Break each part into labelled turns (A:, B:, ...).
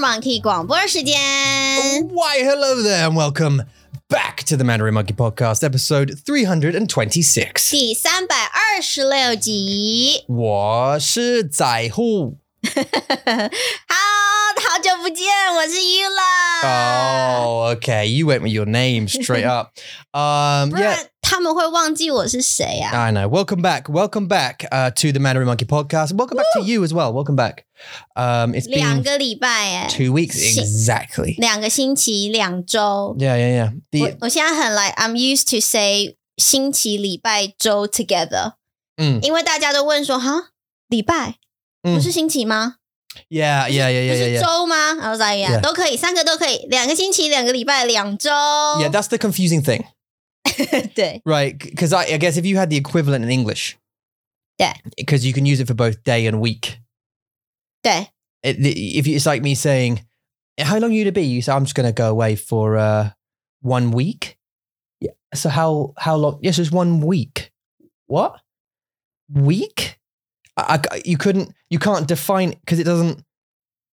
A: Monkey 广播时间。
B: Oh, Why, hello there, and welcome back to the Mandarin Monkey Podcast, episode 326.
A: 第三百二十六集，
B: 我是仔户。
A: 好，好久不见，我是 Yula。
B: Oh, okay. You went with your name straight up. Um,
A: 不
B: yeah.
A: 然他们会忘记我是谁啊呀、
B: I know. Welcome back. Welcome back uh, to the Mandarin Monkey Podcast. Welcome back to you as well. Welcome back. Um, it's
A: 两
B: been
A: 个礼拜哎、
B: two weeks
A: Shit.
B: exactly.
A: 两个星期，两周。
B: Yeah, yeah, yeah. The
A: 我我现在很 like I'm used to say 星期、礼拜、周 together，
B: 嗯
A: 因为大家都问说哈，礼拜
B: 嗯
A: 不是星期吗？
B: yeah, yeah, yeah,
A: 不
B: yeah, yeah,
A: 是
B: yeah.
A: 周吗？然后再呀
B: Yeah
A: 都可以，三个都可以，两个星期、两个礼拜、两周。
B: Yeah, that's the confusing thing,
A: 对
B: right? Because I, I guess if you had the equivalent in English,
A: Yeah.
B: because you can use it for both day and week.
A: 对，
B: It, the- if you- it's like me saying, "How long are you to be?" You say, "I'm just going to go away for uh, one week." Yeah. So how how long? Yes, it's one week. What week? I, I- you couldn't you can't define because it doesn't.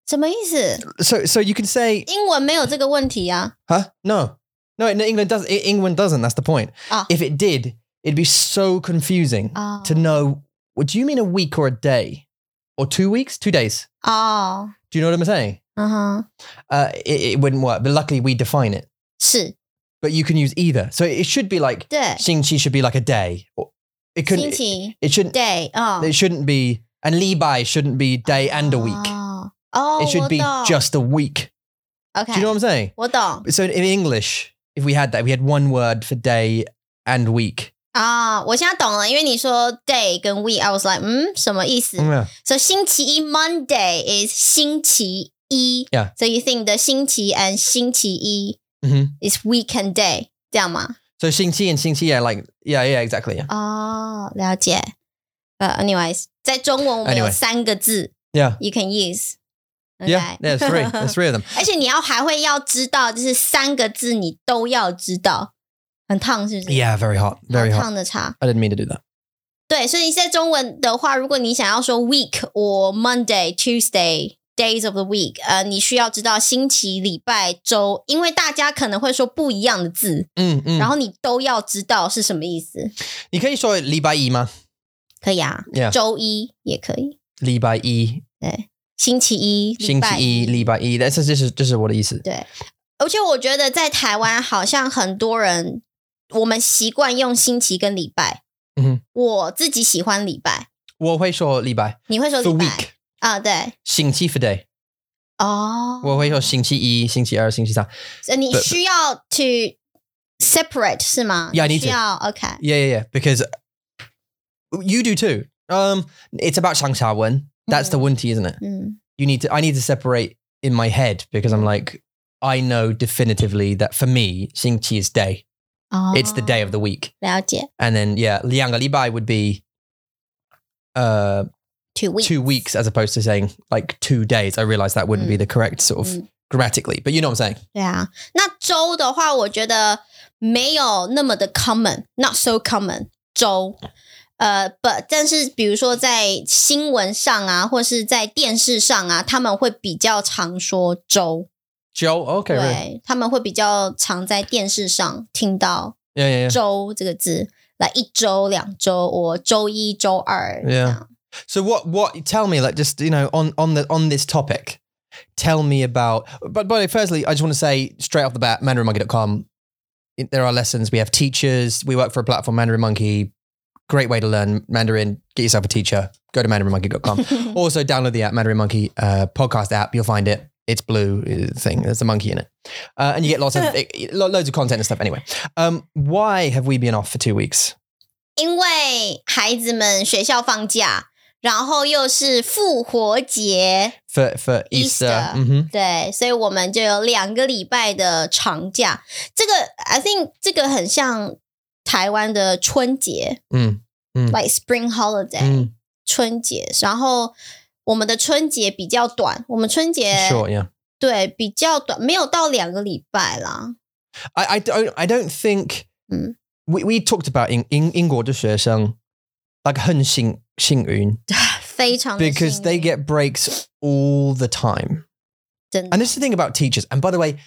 A: 什么意思？
B: So so you can say,
A: 英文没有这个问题啊。
B: huh? No, no. no, England does. not England doesn't. That's the point.
A: Ah.
B: If it did, it'd be so confusing
A: 哦
B: to know. What do you mean a week or a day, or two weeks, two days?
A: 哦，
B: Do you know what I'm saying?
A: 嗯哼，
B: uh, it, it wouldn't work. But luckily, we define it.
A: 是
B: But you can use either. So it should be like
A: 对，
B: Xingqi should be like a day. Or- It
A: 星
B: couldn't. It,
A: 期
B: shouldn't.
A: 对啊，
B: It shouldn't be. And Li Bai shouldn't be day and a week.
A: 哦，哦
B: it should
A: 我
B: be
A: 懂
B: just a week.
A: OK，
B: Do you know what I'm saying?
A: 我懂
B: So in English, if we had that, we had one word for day and week.
A: 啊，我现在懂了，因为你说 day 跟 week，I was like，嗯，什么意思
B: Yeah.
A: ？So 星期一 Monday is 星期一
B: Yeah
A: ，So you think the 星期 and 星期一
B: Mhm.
A: is weekend day，这样吗？
B: So Xingqi and Xingqi, yeah, like yeah, yeah, exactly. Yeah,
A: 哦，了解。呃，anyways，在中文我们有
B: Anyway
A: 三个字
B: yeah,
A: you can use。
B: yeah. There's three. There's three of them.
A: 而且你要还会要知道，就是三个字你都要知道，很烫是不是
B: Yeah, very hot,
A: 好
B: very hot.
A: 烫的茶。
B: I didn't mean to do that.
A: 对，所以在中文的话，如果你想要说 week or Monday、Tuesday days of the week，呃，你需要知道星期、礼拜、周，因为大家可能会说不一样的字，
B: Mm,
A: 然
B: mm.
A: 后你都要知道是什么意思。
B: 你可以说礼拜一吗？
A: 可以啊
B: Yeah.
A: 周一也可以，
B: 礼拜一
A: 星期一、礼
B: 星
A: 拜
B: 期一、礼拜一，但是这是这是我的意思。
A: 对，而且我觉得在台湾好像很多人，我们习惯用星期跟礼拜。
B: 嗯哼，
A: 我自己喜欢礼拜，
B: 我会说礼拜
A: 你会说礼
B: ，for
A: 拜
B: week，
A: 啊？对，
B: 星期 for day，
A: 哦，
B: 我会说星期一、星期二、星期三。
A: 所以你
B: but-
A: 需要 to separate 是吗
B: Yeah, I
A: 你
B: need
A: 需要 OK
B: Yeah, yeah, yeah. Because you do too. Um, it's about 上下文。That's
A: Mm.
B: the 问题，isn't it?
A: 嗯
B: You need to. I need to separate in my head because I'm like, I know definitively that for me, 星期 is day.
A: 哦
B: It's the day of the week.
A: 了解
B: And then yeah, 两个礼拜 would be. Uh,
A: two week
B: two weeks as opposed to saying like two days. I realized that wouldn't be the correct sort of
A: Mm.
B: grammatically, but you know what I'm saying.
A: 对啊，那周的话，我觉得没有那么的 common，not so common 周。呃，不，但是比如说在新闻上啊，或是在电视上啊，他们会比较常说周，
B: Joel, Oh, okay,
A: 对
B: right.
A: 他们会比较常在电视上听到
B: yeah, yeah, yeah.
A: 周这个字，来一周、两周，我周一周二这
B: Yeah.
A: 样。
B: So what? What? Tell me, like, just you know, on on the on this topic, tell me about. But but firstly, I just want to say straight off the bat, MandarinMonkey.com. it- There are lessons. We have teachers. We work for a platform, Mandarin Monkey. Great way to learn Mandarin. Get yourself a teacher. Go to MandarinMonkey.com. Also, download the app, Mandarin Monkey uh, podcast app. You'll find it. It's blue uh, thing. There's a monkey in it, uh, and you get lots of lo- loads of content and stuff. Anyway, um, why have we been off for two weeks?
A: 因为孩子们学校放假，然后又是复活节，
B: For for Easter,
A: Easter.
B: hmm
A: 对，所以我们就有两个礼拜的长假。这个 I think 这个很像台湾的春节，
B: 嗯嗯
A: ，like Spring Holiday，、
B: 嗯
A: 春节。然后我们的春节比较短，我们春节
B: sure, yeah.
A: 对比较短，没有到两个礼拜啦。
B: I, I don't I don't think
A: Mm.
B: we, we talked about in in 英国的学生 like 很幸幸运
A: 非常的
B: because
A: 幸
B: they
A: 运
B: get breaks all the time.
A: 真的
B: And this is the thing about teachers. And by the way,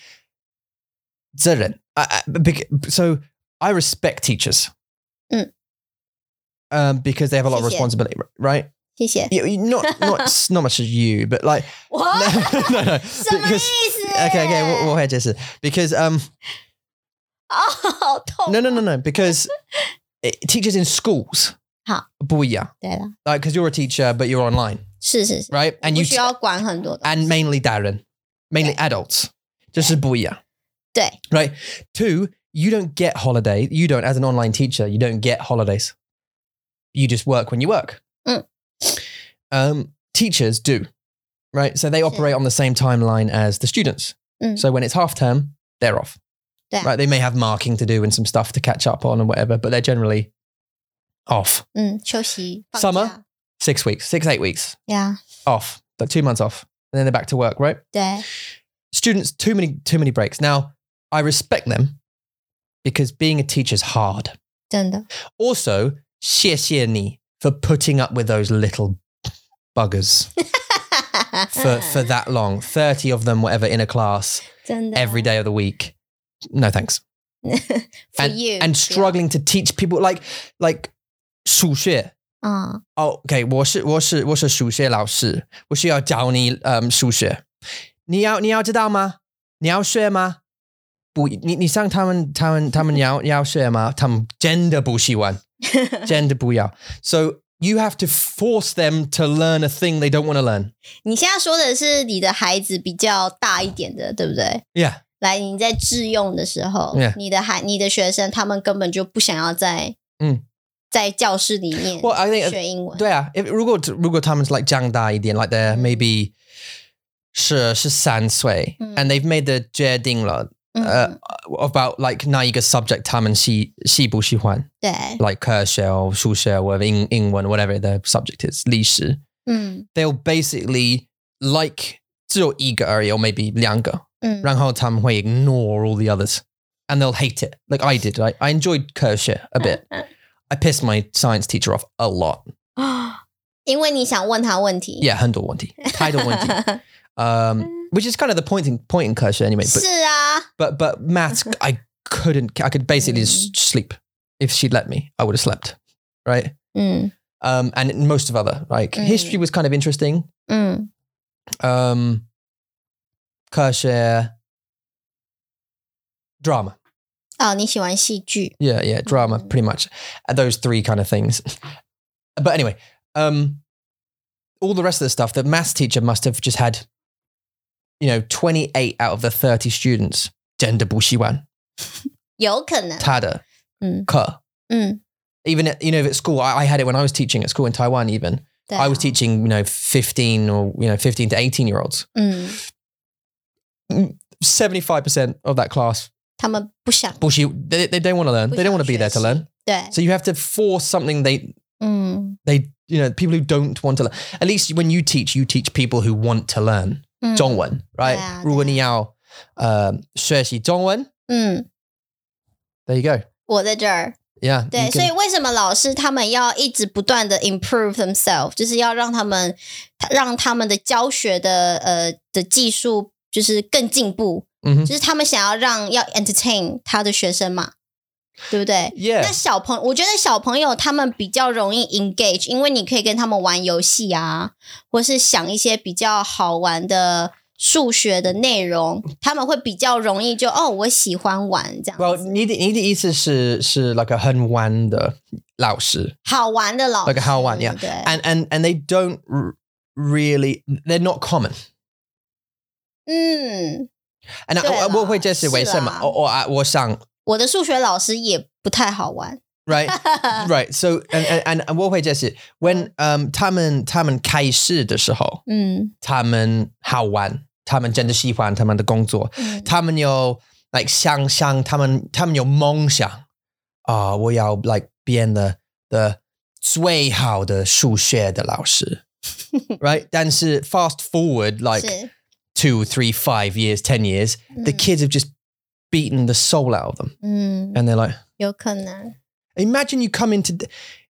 B: 责任. I, I, bec- so I respect teachers
A: Mm.
B: um, because they have a lot of
A: 谢谢。
B: responsibility, r- right?
A: 谢 谢。
B: You, you- not not s- not much as you, but like
A: 我
B: no, no, no.
A: 什么意
B: Because-
A: 思
B: okay, okay, we'll, we'll head this because um
A: 哦，好痛。
B: no no no no because it, teachers in schools
A: 好。
B: booyah
A: 对了，
B: like because you're a teacher but you're online
A: 是是是，
B: right and you
A: 不需要管很多东西
B: and mainly Darren, mainly adults. Just as booyah.
A: 对
B: Right. Two, you don't get holiday. You don't, as an online teacher, you don't get holidays. You just work when you work.
A: Mm.
B: Um, teachers do, right? So they operate on the same timeline as the students.
A: Mm.
B: So when it's half term, they're off.
A: Yeah.
B: Right. They may have marking to do and some stuff to catch up on and whatever, but they're generally off.
A: 嗯，休息。放
B: Summer
A: 假
B: Six weeks, six, eight weeks
A: Yeah，
B: off, like two months off. And then they're back to work, right?
A: 对，
B: students too many too many breaks now i respect them because being a teacher is hard
A: 真的
B: also 谢谢你 for putting up with those little buggers for for that long 30 of them whatever in a class
A: 真的
B: every day of the week no thanks
A: for you 不要
B: and struggling to teach people like like 数学
A: 啊，
B: 哦，OK，我是我是我是数学老师，我需要教你嗯数学。你要你要知道吗？你要学吗？不，你你上他们他们他们要要学吗？他们真的不喜欢，真的不要。So you have to force them to learn a thing they don't want to learn.
A: 你现在说的是你的孩子比较大一点的，对不对？
B: Yeah，
A: 来，你在致用的时候
B: Yeah
A: 你的孩、你的学生，他们根本就不想要在
B: 嗯
A: 在教室里面
B: Well, I think-
A: 学英文。
B: 对啊。If, 如果如果他们 like 长大一点，like they're maybe 是是三岁、
A: 嗯
B: a n d they've made the 决定了、
A: 嗯，
B: 呃 Uh, about like 那一个 subject 他们喜喜不喜欢。
A: 对，
B: like Kershaw or Shusha or Ing Ingwen, whatever the subject is, Lishi,
A: 嗯
B: they'll basically like 只有一个而已 or maybe 两个，
A: 嗯，
B: 然后他们会 ignore all the others and they'll hate it. Like I did. I, I enjoyed Kershaw a bit. I pissed my science teacher off a lot.
A: 啊，因为你想问他问题。
B: Yeah, 很多问题, 太多问题. Um, which is kind of the point in, point in Kershaw anyway. But
A: 是啊，
B: but but maths, I couldn't. I could basically just sleep. If she'd let me, I would have slept. Right.
A: 嗯
B: um, and most of other like
A: Mm.
B: history was kind of interesting.
A: 嗯，
B: Um, Kershaw, drama,
A: 哦，你喜欢戏剧？
B: yeah, yeah, drama,
A: Mm.
B: pretty much. Uh, Those three kind of things. but anyway, um, all the rest of the stuff, the maths teacher must have just had, you know, twenty eight out of the thirty students. Gender bushiwan,
A: 有可能，
B: tada,
A: Mm.
B: ke.
A: 嗯，
B: Even at, you know, at school, I, I had it when I was teaching at school in Taiwan. Even
A: 对、啊
B: I was，teaching, you know, fifteen or you know, fifteen to eighteen year olds.
A: 嗯，
B: seventy-five percent of that class
A: 他们不想，
B: bullshit. They, they don't want to learn. They don't want to be there to learn.
A: 对，
B: So you have to force something they
A: 嗯
B: they you know people who don't want to learn. At least when you teach, you teach people who want to learn
A: 嗯，
B: Dongwen, right?
A: Mm.
B: um,
A: Yeah,
B: Yeah, Dongwen.
A: 嗯，
B: There you go.
A: 我在这儿。
B: Yeah. you
A: 对，
B: can-
A: 所以为什么老师他们要一直不断的 improve themselves，就是要让他们让他们的教学的呃的技术就是更进步，
B: Mhm.
A: 就是他们想要让要 entertain 他的学生嘛，对不对？那
B: yeah.
A: 小朋我觉得小朋友他们比较容易 engage，因为你可以跟他们玩游戏啊，或是想一些比较好玩的数学的内容，他们会比较容易就哦，我喜欢玩这样子。
B: Well, 你的你的意思是是 uh, like a 很玩的老师，
A: 好玩的老师，
B: like a 好玩，yeah
A: 对。
B: and and and they don't r- really they're not common.
A: 嗯，
B: And
A: 对啦，
B: I, uh, 我会解释为什么，
A: 是啦。
B: 我-我-我想
A: 我的数学老师也不太好玩。
B: right? right. So and and, and, and 我会解释 when um 他们他们开始的时候，他们
A: 嗯
B: 好玩，他们真的喜欢他们的工作，他们有
A: 嗯
B: like 想象他们他们有梦想啊、uh,，我要 like 变得的最好的数学的老师，right？但是 fast forward like
A: 是
B: two, three, five years, ten years, the
A: 嗯
B: kids have just beaten the soul out of them,
A: 嗯，
B: and they're like.
A: 有可能，
B: Imagine you come into,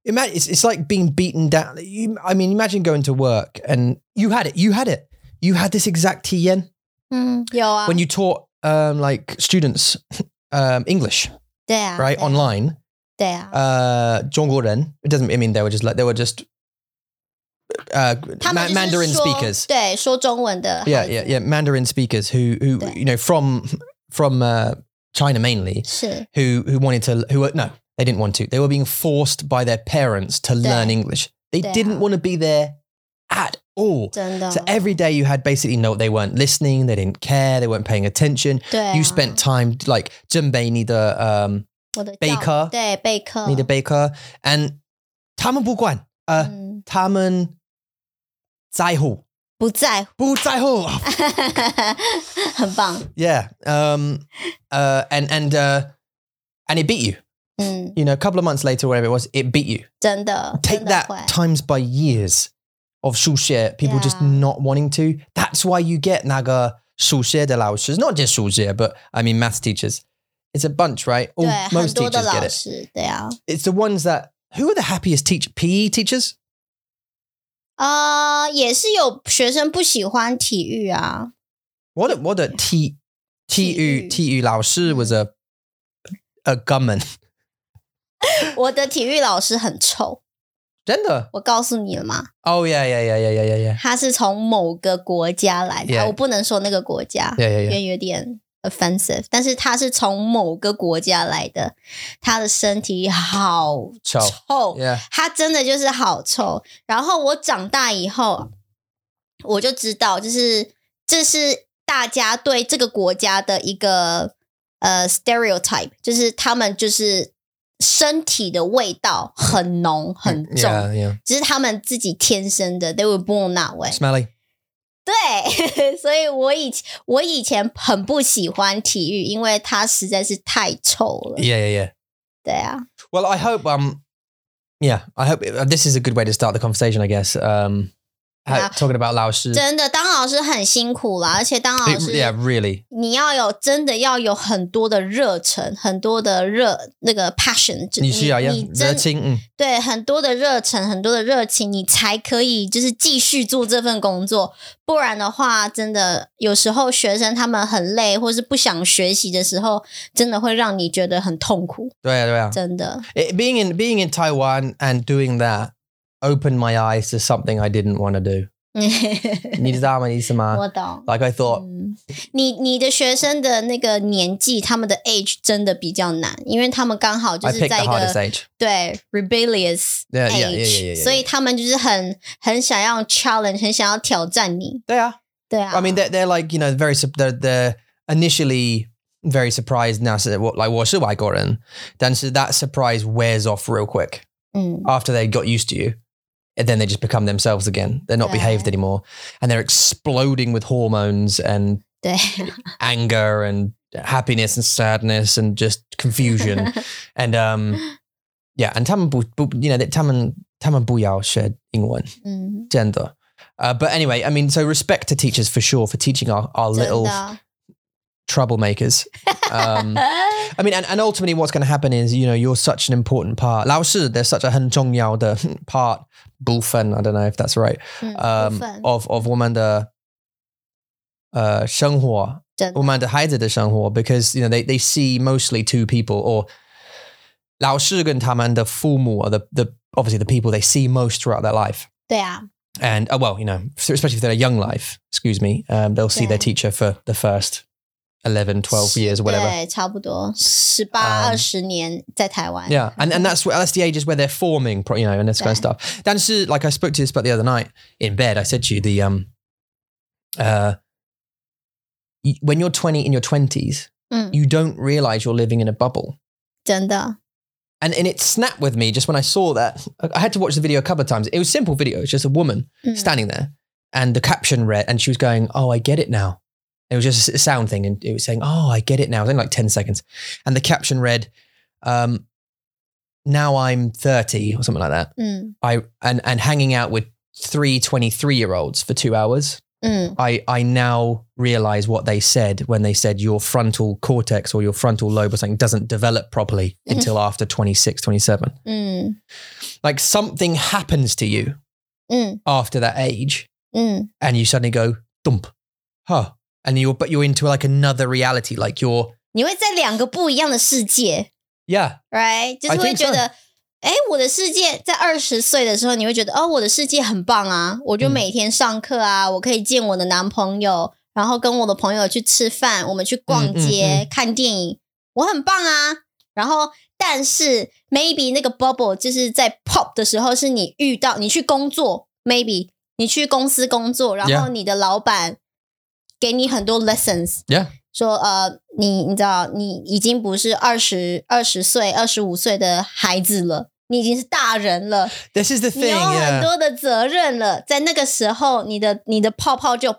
B: imagine it's, it's like being beaten down. You, I mean, imagine going to work and you had it, you had it, you had this exact yen,
A: 嗯，有啊，
B: when you taught um, like students um, English,
A: 对啊，
B: right,
A: 对啊
B: online.
A: 对啊，
B: Uh, 中国人. It doesn't. I mean, they were just like they were just uh,
A: 他
B: Ma-
A: 们就是
B: Mandarin
A: 说
B: speakers.
A: 对，说中文的孩子，
B: Yeah, yeah, yeah. Mandarin speakers who who
A: Yeah.
B: you know from from uh, China mainly
A: 是
B: who who wanted to who were no they didn't want to they were being forced by their parents to
A: Yeah.
B: learn English. They
A: Yeah.
B: didn't want to be there at all.
A: 真的，哦
B: So every day you had basically no, they weren't listening, they didn't care, they weren't paying attention.
A: 对啊，
B: You spent time like 准备你的 um
A: 我的
B: 备
A: 教
B: 课
A: 对备课，
B: 你的备课 and 他们不管，呃，
A: 嗯
B: 他们在乎，不在乎。
A: 不在乎， 很棒，
B: Yeah. Um. Uh. And and uh. And it beat you.
A: 嗯，
B: You know, a couple of months later, whatever it was, it beat you.
A: 真的，
B: Take
A: 真的
B: that
A: 会
B: times by years of 数学, people just
A: Yeah.
B: not wanting to. That's why you get 那个数学的老师, not just 数学, but I mean math teachers. It's a bunch, right?
A: 对
B: All-
A: 很
B: most
A: 多的
B: teachers
A: 老
B: get it.
A: 师，对啊，
B: It's the ones that who are the happiest teach PE teachers?
A: 呃，也是有学生不喜欢体育啊，
B: What what a T T
A: 体
B: U Mm.
A: 育。
B: T U 老师 was a a gunman.
A: 我的体育老师很臭，
B: 真的?
A: 我告诉你了吗？
B: Oh yeah yeah yeah yeah yeah yeah yeah.
A: 他是从某个国家来的
B: Yeah.
A: 啊我不能说那个国家
B: Yeah, yeah, yeah.
A: 因为有点 offensive，但是他是从某个国家来的，他的身体好
B: 臭
A: 臭
B: Yeah.
A: 他真的就是好臭。然后我长大以后，我就知道，就是这是大家对这个国家的一个呃 stereotype，就是他们就是身体的味道很浓很重
B: 嗯 Yeah, yeah.
A: 只是他们自己天生的，they were born that way。
B: Smelly.
A: 对， 所以我以前我以前很不喜欢体育，因为它实在是太臭了。
B: Yeah, yeah, yeah.
A: 对啊，
B: Well, I hope um yeah, I hope uh, this is a good way to start the conversation, I guess. Um ha-
A: Yeah.
B: talking about Lao Shi.
A: 真的当老师很辛苦啦，而且当老
B: It-
A: 师
B: Yeah, really.
A: 你要有真的要有很多的热忱，很多的热那个 passion，就
B: 你需要，yeah. mm.
A: 你真
B: 热情，嗯。
A: 对很多的热忱，很多的热情，你才可以就是继续做这份工作。不然的话，真的有时候学生他们很累，或是不想学习的时候，真的会让你觉得很痛苦。
B: 对啊，对啊。
A: 真的，
B: It, being in being in Taiwan and doing that opened my eyes to something I didn't want to do. 你知道吗？意思吗？
A: 我懂。
B: Like I thought,
A: 嗯，你你的学生的那个年纪，他们的 age 真的比较难，因为他们刚好就
B: I
A: 是
B: picked
A: 在
B: the
A: 一个
B: hardest age.
A: 对 rebellious
B: Yeah, yeah, yeah, yeah, yeah,
A: age，
B: yeah.
A: 所以他们就是很很想要 challenge，很想要挑战你。
B: They are.
A: 对啊
B: I mean, they're, they're like you know very sup- they're, they're initially very surprised now. So what like what's I got in? Then so that surprise wears off real quick
A: 嗯，
B: after they got used to you, and then they just become themselves again. They're not
A: Yeah.
B: behaved anymore, and they're exploding with hormones and
A: 对
B: anger and happiness and sadness and just confusion and um yeah and 他们不-不- you know that 他们-他们不要学英文，真的。
A: 嗯，
B: Uh, but anyway, I mean, so respect to teachers for sure for teaching our, our
A: 真
B: little
A: 的。
B: troublemakers. Um, I mean, and, and ultimately, what's going to happen is, you know, you're such an important part. 老师, there's such a 很重要的 part, 部分, I don't know if that's right,
A: 嗯 Oh, 部
B: um,
A: 分
B: of, of 我们的 uh, 生活
A: 真的
B: 我们的孩子的生活 because you know they, they see mostly two people or 老师跟他们的父母 are the, the obviously the people they see most throughout their life
A: 对啊，
B: and oh well you know so especially if they're a young life excuse me um, they'll see
A: Yeah.
B: their teacher for the first 11 12 years or whatever
A: 对，差不多十八
B: 嗯
A: 二十年在台湾。
B: yeah and, and that's where that's the ages where they're forming pro- you know and this kind of
A: Yeah.
B: stuff Dan's like I spoke to this about the other night in bed I said to you the um uh y- when you're 20 in your 20s
A: 嗯，
B: you don't realize you're living in a bubble
A: 真的，
B: And and it snapped with me just when I saw that. I had to watch the video a couple of times. It was a simple video. It's just a woman
A: 嗯，
B: standing there, and the caption read, and she was going, "Oh, I get it now." It was just a sound thing, and it was saying, "Oh, I get it now." It was only like ten seconds, and the caption read, um, "Now I'm 30 or something like that.
A: 嗯
B: I and and hanging out with three 23 year olds for two hours.
A: 嗯
B: I I now realize what they said when they said your frontal cortex or your frontal lobe or something doesn't develop properly until after 26, 27."
A: 嗯
B: like something happens to you
A: 嗯
B: after that age
A: 嗯，
B: and you suddenly go dump huh and you're but you're into like another reality, like you're
A: 你会在两个不一样的世界
B: yeah
A: ，right？就是
B: I
A: 会
B: think
A: 觉得，哎、我的世界在二十岁的时候，你会觉得，哦，我的世界很棒啊，我就
B: 嗯
A: 每天上课啊，我可以见我的男朋友，然后跟我的朋友去吃饭，我们去逛街、
B: 嗯
A: 看电影，我很棒啊。然后，但是 maybe 那个 bubble 就是在 pop 的时候，是你遇到你去工作，maybe 你去公司工作，然后
B: Yeah
A: 你的老板给你很多 lessons，
B: yeah
A: 说呃，你你知道，你已经不是二十二十岁、二十五岁的孩子了，你已经是大人了，
B: this is the
A: 你
B: thing
A: 有很
B: yeah
A: 多的责任了。在那个时候，你的你的泡泡就噗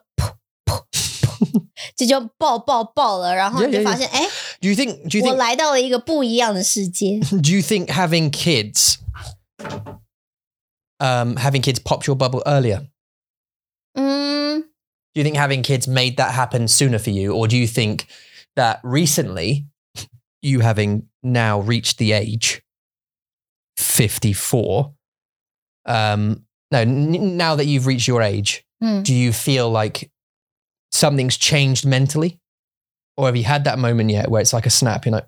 A: 噗噗，这 就爆爆爆了。然后
B: Yeah,
A: 你就
B: yeah,
A: 发现，哎
B: do you think do you
A: 我
B: think
A: 来到了一个不一样的世界。
B: do you think having kids um having kids popped your bubble earlier
A: 嗯，
B: do you think having kids made that happen sooner for you or do you think that recently you having now reached the age 54 um no n- now that you've reached your age
A: 嗯，
B: do you feel like something's changed mentally or have you had that moment yet where it's like a snap you know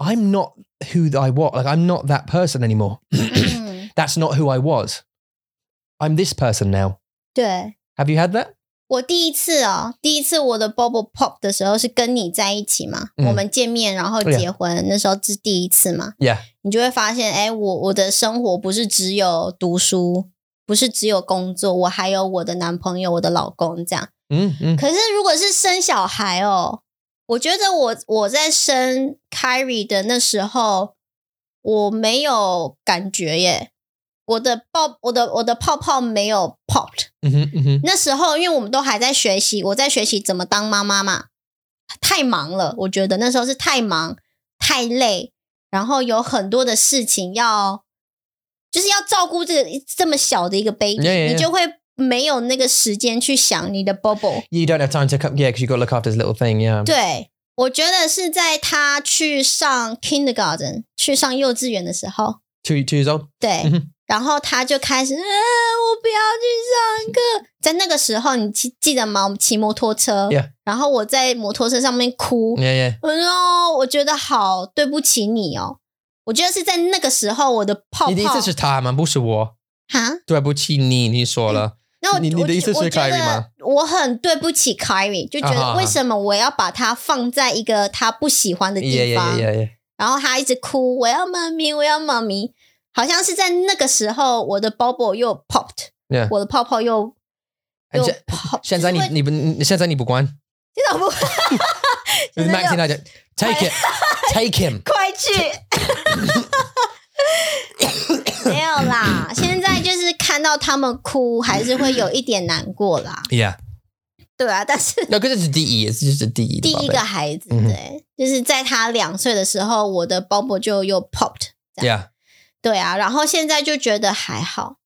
B: i'm not who i was like i'm not that person anymore
A: 嗯
B: that's not who i was i'm this person now
A: 对
B: have you had that
A: 我第一次哦，第一次我的 bubble pop 的时候是跟你在一起嘛，
B: 嗯
A: 我们见面然后
B: Yeah
A: 结婚那时候是第一次嘛。
B: yeah
A: 你就会发现，哎，我我的生活不是只有读书，不是只有工作，我还有我的男朋友、我的老公这样。
B: mm, mm.
A: 可是如果是生小孩哦，我觉得我我在生 Kyrie 的那时候，我没有感觉耶，我的泡我的我的泡泡没有 popped。
B: hmm hmm
A: 那时候因为我们都还在学习，我在学习怎么当妈妈嘛，太忙了，我觉得那时候是太忙、太累，然后有很多的事情要，就是要照顾这个这么小的一个 baby，
B: Yeah, yeah, yeah.
A: 你就会没有那个时间去想你的 bubble。
B: you don't have time to come yeah because you've got to look after this little thing yeah
A: 对，我觉得是在他去上 kindergarten，去上幼稚园的时候，
B: two, two years old
A: 对，
B: 嗯哼
A: 然后他就开始，呃，我不要去上课。在那个时候，你记记得吗？我们骑摩托车
B: Yeah 嗯
A: 然后我在摩托车上面哭，
B: yeah yeah
A: 我说、哦我觉得好对不起你哦。我觉得是在那个时候，我的泡
B: 你的意
A: 泡
B: 思是他吗？不是我，
A: 哈，
B: 对不起你，你说了。
A: 那我
B: 你你的意思是
A: 我觉
B: Kyrie
A: 得
B: 吗
A: 我很对不起 Kyrie，就觉
B: 啊哈啊
A: 得
B: 哈
A: 为什么我要把他放在一个他不喜欢的
B: Yeah,
A: 地
B: yeah,
A: 方
B: yeah, yeah,
A: 然后他一直哭，我要妈咪，我要妈咪。好像是在那个时候，我的 bubble 又 popped，
B: yeah.
A: 我的泡泡又又
B: And 现
A: 泡，
B: 现在你
A: 就是会
B: 你不你现在你不管
A: 知道不？现在
B: Max
A: 又
B: 现在就 take it, take him.
A: 快去！没有啦，现在就是看到他们哭，还是会有一点难过啦。
B: Yeah.
A: 对啊，但是
B: No, because it's DE. It's just a E DE.
A: 第一个
B: department.
A: 孩子，
B: 嗯哼
A: 对，就是在他两岁的时候，我的 bubble 就又 popped。
B: Yeah.
A: 对啊，然后现在就觉得还好。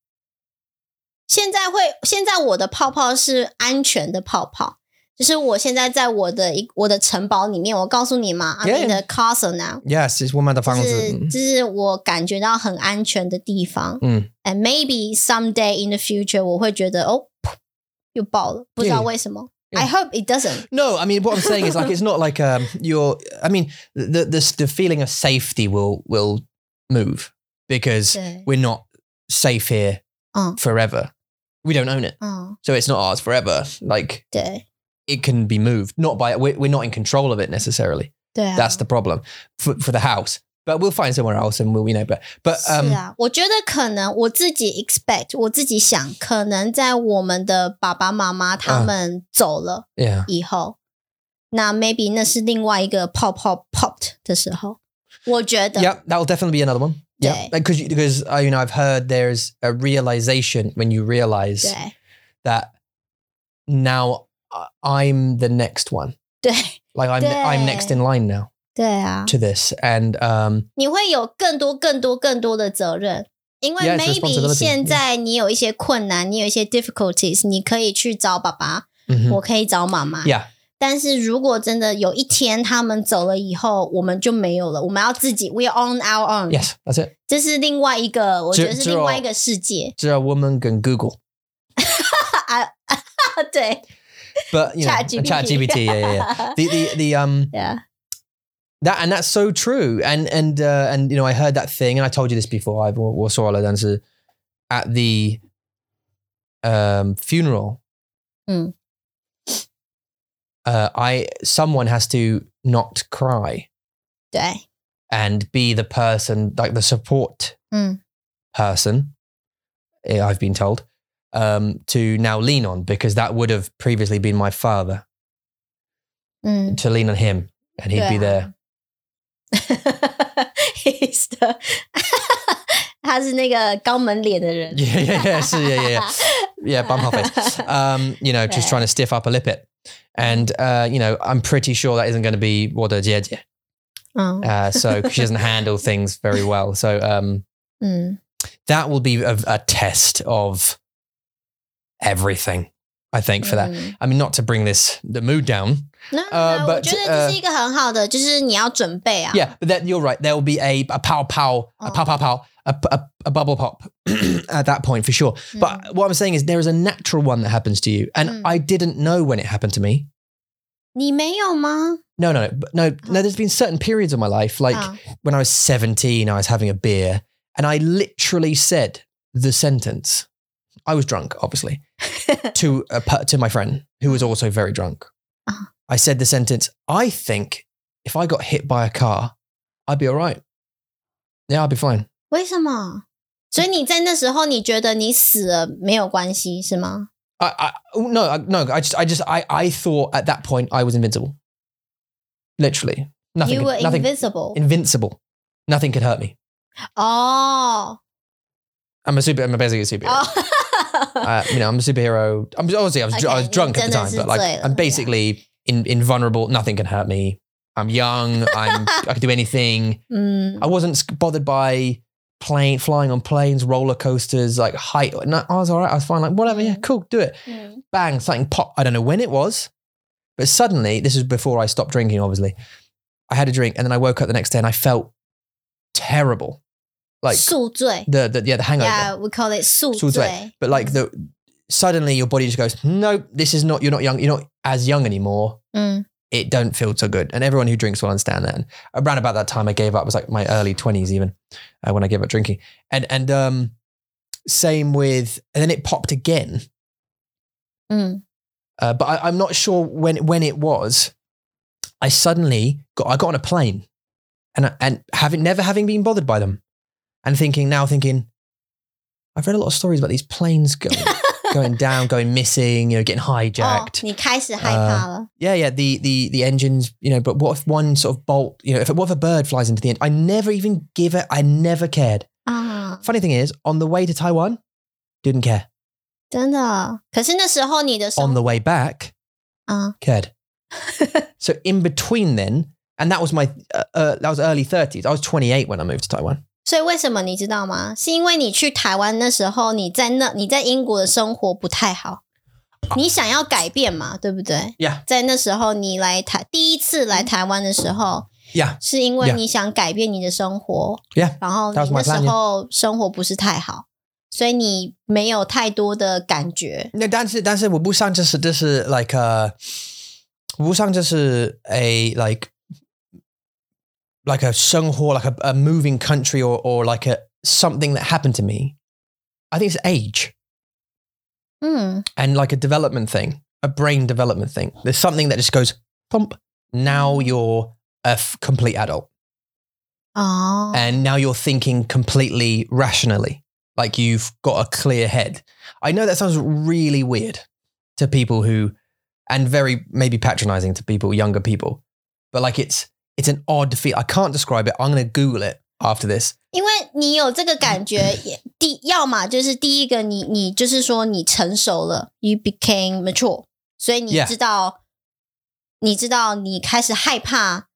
A: 现在会，现在我的泡泡是安全的泡泡，就是我现在在我的一我的城堡里面，我告诉你嘛
B: Yeah.
A: ，I'm in the castle now，
B: Yes, it's one man 的
A: 就
B: 房
A: 是
B: 子。
A: 就是我感觉到很安全的地方。
B: 嗯，
A: And maybe someday in the future，我会觉得哦，噗又爆了，不知道
B: Yeah.
A: 为什么。
B: Yeah.
A: I hope it doesn't.
B: No, I mean what I'm saying is like it's not like um you're. I mean the the the feeling of safety will will move because
A: 对，
B: we're not safe here
A: 嗯
B: forever. We don't own it,
A: 嗯，
B: so it's not ours forever. Like
A: 对
B: it can be moved. Not by we're, we're not in control of it necessarily.
A: 对啊。
B: That's the problem for, for the house. But we'll find somewhere else, and we'll you know. But but
A: 是
B: um
A: 啊，我觉得可能我自己 expect，我自己想，可能在我们的爸爸妈妈他
B: 嗯
A: 们走了
B: yeah
A: 以后，那 maybe 那是另外一个泡泡 popped 的时候，我觉得
B: yeah that will definitely be another one.
A: Yeah.
B: Yeah, because because uh, you know I've heard there's a realization when you realize
A: 对
B: that now I- I'm the next one.
A: 对
B: Like I'm I'm next in line now
A: 对啊，
B: to this, and um
A: 你会有更多更多更多的责任。因为
B: Yeah, it's
A: maybe
B: responsibility.
A: 现在你有一些困难，你有一些 difficulties，你可以去找爸爸，
B: mhm.
A: 我可以找妈妈。
B: yeah
A: 但是如果真的有一天他们走了以后，我们就没有了，我们要自己，we are on our own。
B: yes that's it.
A: 这是另外一个，我觉得
B: 只
A: 是另外一个世界。
B: So a woman can Google.
A: 啊，对，
B: But you know,
A: ChatGPT.
B: ChatGPT, yeah, yeah, yeah. The the the um
A: yeah.
B: that and that's so true. And and uh, and you know, I heard that thing, and I told you this before. I was saw dancer at the um funeral.
A: Mm.
B: Uh, I someone has to not cry
A: 对，
B: and be the person like the support
A: Mm.
B: person. eh, I've been told um, to now lean on because that would have previously been my father
A: 嗯
B: to lean on him and he'd be
A: Yeah.
B: there.
A: ，he's the，他是那个肛门脸的人。
B: Yeah, yeah, yeah, so yeah, yeah, yeah. yeah, bum her face. Um, you know,
A: Yeah.
B: just trying to stiff up a lip it. And uh, you know, I'm pretty sure that isn't going to be what a jeje.
A: 嗯
B: Uh, so 'cause she doesn't handle things very well. So um,
A: 嗯
B: that will be a, a test of everything, I think, for that.
A: 嗯
B: I mean, not to bring this the mood down.
A: No, no,
B: Uh,
A: no, 我
B: but,
A: 觉得这是一个很好的，就是你要准备啊。
B: Yeah, but that, you're right. There will be a a pow pow, a
A: Oh.
B: pow pow pow, a, a, a bubble pop at that point for sure.
A: 嗯
B: But what I'm saying is, there is a natural one that happens to you, and
A: Mm.
B: I didn't know when it happened to me.
A: 你没有吗？
B: No, no, no, but no,
A: Oh.
B: no. There's been certain periods of my life, like
A: Ah.
B: when I was 17, I was having a beer, and I literally said the sentence. I was drunk, obviously, to a, per- to my friend who
A: Oh.
B: was also very drunk.
A: Ah.
B: I said the sentence. I think if I got hit by a car, I'd be all right. Yeah, I'd be fine.
A: 为什么？所
B: 嗯
A: 以你在那时候，你觉得你死了没有关系是吗？
B: I, I oh, no, I, no. I just, I just, I, I thought at that point I was invincible. Literally, nothing,
A: you
B: could-
A: were
B: nothing,
A: invisible.
B: invincible. Nothing could hurt me.
A: 哦
B: I'm a super. I'm basically a superhero.
A: 哦，
B: uh, you know, I'm a superhero. I'm obviously I was, I was
A: Oh. Okay,
B: drunk at the time, but
A: Independence
B: like
A: is
B: I'm
A: later,
B: basically in, invulnerable. Nothing can hurt me. I'm young. I'm I can do anything.
A: 嗯
B: I wasn't sc- bothered by plane flying on planes, roller coasters, like height. No, I was all right. I was fine. Like whatever.
A: Mm.
B: Yeah, cool. Do it.
A: 嗯
B: Bang. Something pop. I don't know when it was, but suddenly this is before I stopped drinking. Obviously, I had a drink and then I woke up the next day and I felt terrible, like
A: 宿醉。
B: the, the yeah the hangover.
A: Yeah, we call it 宿
B: 宿醉but like the suddenly your body just goes nope this is not you're not young you're not as young anymore
A: 嗯
B: it don't feel so good and everyone who drinks will understand that and around about that time i gave up it was like my early 20s even uh, when i gave up drinking and and um same with and then it popped again
A: 嗯
B: uh, but I, i'm not sure when when it was i suddenly got i got on a plane and I- and having never having been bothered by them and thinking now thinking i've read a lot of stories about these planes going going down, going missing, you know, getting
A: 哦
B: hijacked.，
A: 你开始害
B: 呃
A: 怕了。
B: yeah, yeah, the the the engines, you know, but what if one sort of bolt, you know, if what if a bird flies into the end? I never even give it I never cared.
A: 啊，
B: Funny thing is, on the way to Taiwan, didn't care.
A: 真的。可是那时候你的生
B: On the way back,
A: 啊，
B: cared. so in between then, and that was my uh, uh, that was early 30s. I was 28 when I moved to Taiwan.
A: 所以为什么你知道吗？是因为你去台湾那时候，你在那你在英国的生活不太好，
B: 啊
A: 你想要改变嘛，对不对？
B: Yeah.
A: 在那时候你来台第一次来台湾的时候，
B: Yeah.
A: 是因为
B: 嗯 Yeah.
A: 你想改变你的生活
B: Yeah.
A: 然后
B: That
A: 你
B: was
A: 那
B: my plan,
A: 时候生活不是太好，所以你没有太多的感觉。
B: 那但是但是我不上就是就是 like uh, 呃，我不上就是 a like like a 生活 like a, a moving country or or like a something that happened to me. I think it's age
A: 嗯
B: and like a development thing, a brain development thing. There's something that just goes thump. Now you're a f- complete adult,
A: 哦，
B: and now you're thinking completely rationally. Like you've got a clear head. I know that sounds really weird to people who and very maybe patronizing to people younger people but like it's it's an odd feel i can't describe it i'm going to google it after this
A: 因为你有这个感 觉，也第要么就是第一个你，你就是说你成熟了，you became mature，所以你
B: Yeah.
A: 知道你知道你开始害怕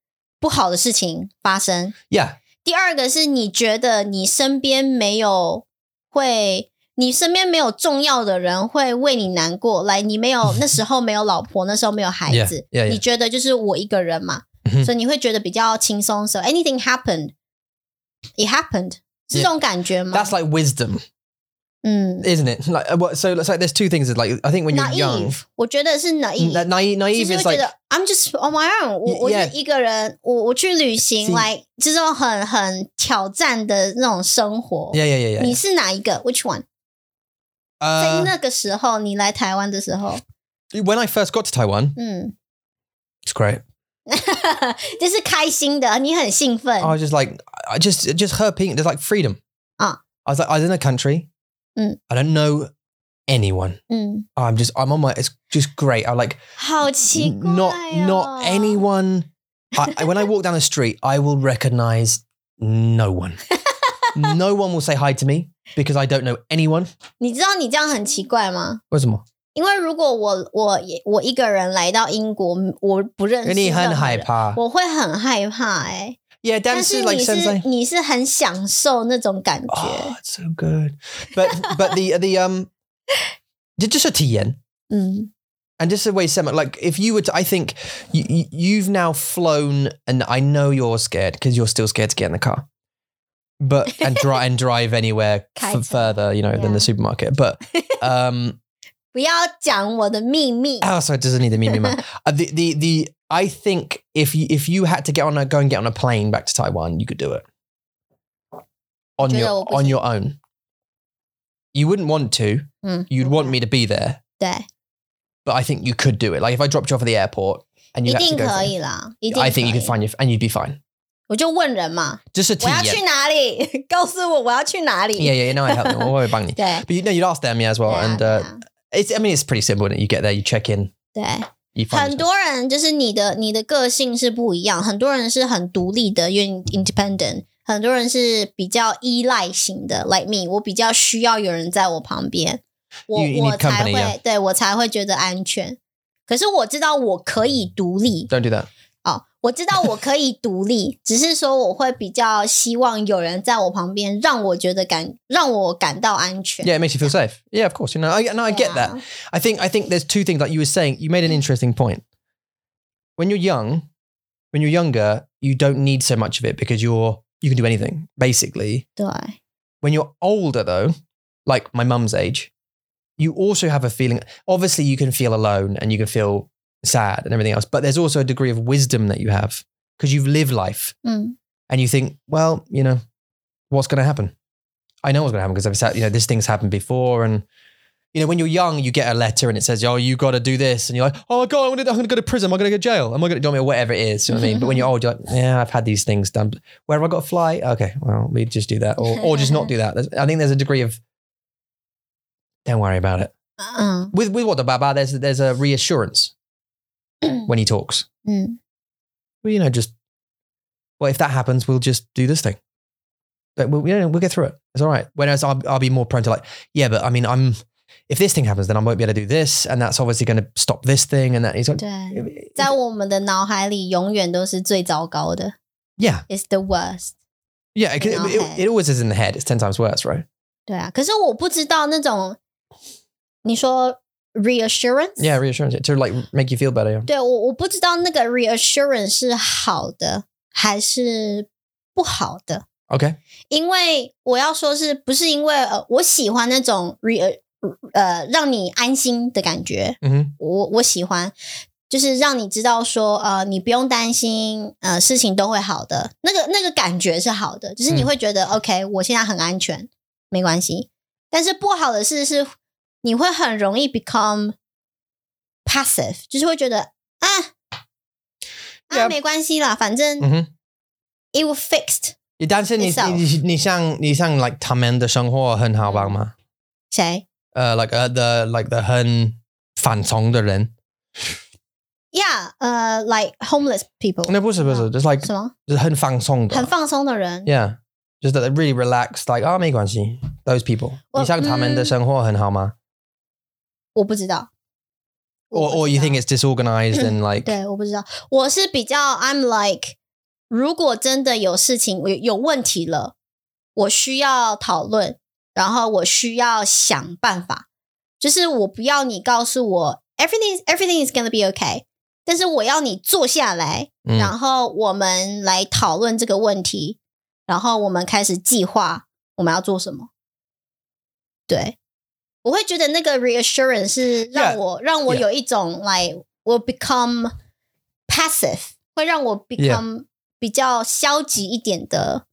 A: 不好的事情发生。
B: yeah
A: 第二个是你觉得你身边没有会，你身边没有重要的人会为你难过，来，你没有那时候没有老婆，那时候没有孩子
B: Yeah, yeah, yeah.
A: 你觉得就是我一个人嘛
B: 嗯哼
A: 所以你会觉得比较轻松。So anything happened, it happened，是这种感觉吗
B: that's like wisdom
A: 嗯
B: isn't it? Like, uh, what- so it's like there's two things. It's like I think when you're young,
A: ，naive，我觉得是 naive。
B: na- naive,
A: 就
B: naive
A: 是会
B: is
A: 觉
B: like
A: 得、I'm just on my own，我我
B: Yeah.
A: 就一个人，我我去旅行
B: 是
A: ，like 这种很很挑战的那种生活。
B: yeah, yeah, yeah, yeah.
A: 你是哪一个？Which one？、在
B: Uh,
A: 那个时候，你来台湾的时候，
B: when I first got to Taiwan,
A: 嗯，
B: it's great.
A: 就是开心的，你很兴奋
B: I was just like, I just, just her being there's like freedom.
A: Ah.
B: I was like, I was in a country.
A: Mm.
B: I don't know anyone.
A: 嗯，
B: I'm just, I'm on my. It's just great. I like
A: 好奇怪、哦
B: not, not anyone. I, I- when I walk down the street, I will recognize no one. no one will say hi to me because I don't know anyone.
A: 你知道你这样很奇怪吗？
B: Where's more?
A: 因为如果我我也我一个人来到英国，我不认识任何人，我会很害怕哎、
B: Yeah,
A: 但
B: Dan
A: 是
B: is
A: 你
B: like
A: 是
B: sensei.
A: 你是很享受那种感觉，
B: Oh, it's so good. But but the the um just a TN
A: 嗯
B: and just the way Sam like if you were to I think you, you you've now flown and I know you're scared because you're still scared to get in the car. But and drive and drive anywhere
A: Kai Chen.
B: f- further, you know, than
A: Yeah.
B: the supermarket. But um
A: 不要讲我的秘密。
B: oh, so it doesn't need the medium. amount. uh, the the the I think if you if you had to get on a go and get on a plane back to Taiwan, you could do it on
A: Julia,
B: your
A: what was
B: on
A: it?
B: your own. You wouldn't want to.
A: Mm,
B: You'd want me to be there,
A: 对，
B: but I think you could do it. Like if I dropped you off at the airport and you
A: 一
B: had to
A: 定
B: go,
A: 可
B: for-
A: 以啦，一定
B: I think you
A: 可
B: could
A: 以
B: find your and you'd be fine.
A: 我就问人嘛，
B: Just a
A: 我要
B: tea.
A: 去哪里？ 告诉我我要去哪
B: Yeah, yeah,
A: 里？
B: yeah. No, I help them. Don't worry about me.
A: 对，
B: But you know, you'd ask them, yeah, as well.
A: 对啊
B: 哦 and
A: 对
B: uh,
A: 啊
B: it's, I mean, it's pretty simple. Isn't it? You get there, you check in,
A: 对。
B: you find.
A: 很
B: yourself.
A: 多人就是你的你的个性是不一样，很多人是很独立的，愿意 independent，很多人是比较依赖型的，like me，我比较需要有人在我旁边，我
B: You- you
A: 我
B: need
A: 才
B: company,
A: 会
B: yeah.
A: 对我才会觉得安全。可是我知道我可以独立
B: Don't do that.
A: 哦，我知道我可以独立，只是说我会比较希望有人在我旁边，让我觉得感让我感到安全。
B: Yeah, it makes you feel safe. Yeah, of course. You know, I, no, I get that.
A: Yeah.
B: I think I think there's two things like you were saying. You made an interesting point. When you're young, when you're younger, you don't need so much of it because you're you can do anything basically.
A: 对，啊
B: When you're older though, like my mum's age, you also have a feeling. Obviously, you can feel alone and you can feel sad and everything else, but there's also a degree of wisdom that you have because you've lived life
A: 嗯，
B: and you think, well, you know, what's going to happen? I know what's going to happen because I've said, you know, this thing's happened before. And, you know, when you're young, you get a letter and it says, oh, you got to do this. And you're like, oh, God, I'm going to, I'm going to go to prison. I'm going to go to jail. I'm going to do me or whatever it is. You know what I mean? But when you're old, you're like, yeah, I've had these things done. Where have I got to fly? Okay, well, we just do that or, or just not do that. There's- I think there's a degree of, don't worry about it.
A: 嗯
B: With, with what the Baba, there's, there's a reassurance when he talks.
A: 嗯，
B: Well, you know, just well, if that happens, we'll just do this thing. But we'll, you know, we'll get through it. It's all right. Whereas I'll, I'll be more prone to like, yeah, but I mean, I'm if this thing happens, then I won't be able to do this, and that's obviously going to stop this thing, and that he's like,
A: 对。在我们的脑海里，永远都是最糟糕的
B: yeah,
A: i s the worst。
B: yeah. It,
A: In our
B: it, it,
A: head.
B: always is in the head. It's ten times worse, right?
A: 对啊，可是我不知道那种你说 reassurance，
B: Yeah, reassurance to like make you feel better. Yeah.
A: 对我我不知道那个 reassurance 是好的还是不好的，
B: Okay.
A: 因为我要说是不是因为呃我喜欢那种 re 呃让你安心的感觉，
B: hmm
A: 我我喜欢，就是让你知道说，呃，你不用担心，呃，事情都会好的。那个那个感觉是好的，就是你
B: 嗯
A: 会觉得、OK，我现在很安全，没关系。但是不好的事是，你会很容易 become passive，就是会觉得啊啊，
B: Yeah.
A: 没关系啦，反正
B: hmm
A: it will fixed。
B: You dancing? You,
A: Itself.
B: you, you sang, you sang like
A: Mm.
B: 他们的生活很好吧吗？
A: 谁
B: Uh, like uh, the like the 很反常的人。
A: ？Yeah，呃、l i k e homeless people，、
B: No, 不是不是, just like
A: 什么
B: 就是很放松的。
A: 很放松的人。
B: Yeah. Just that they're really relaxed, like, oh, 没关系. Those people.
A: 我-
B: 你像他们的生活很好吗？
A: 我不知道。
B: Or,
A: 我不
B: or
A: 知
B: you
A: 道
B: think it's disorganized and like,
A: 对，我不知道，我是比较 I'm like，如果真的有事情有有问题了，我需要讨论，然后我需要想办法，就是我不要你告诉我 everything everything is gonna be okay，但是我要你坐下来，
B: 嗯
A: 然后我们来讨论这个问题，然后我们开始计划我们要做什么。对，我会觉得那个 reassurance 是让
B: Yeah,
A: 我让我
B: yeah.
A: 有一种 like 我 become passive，会让我 become 比较消极一点的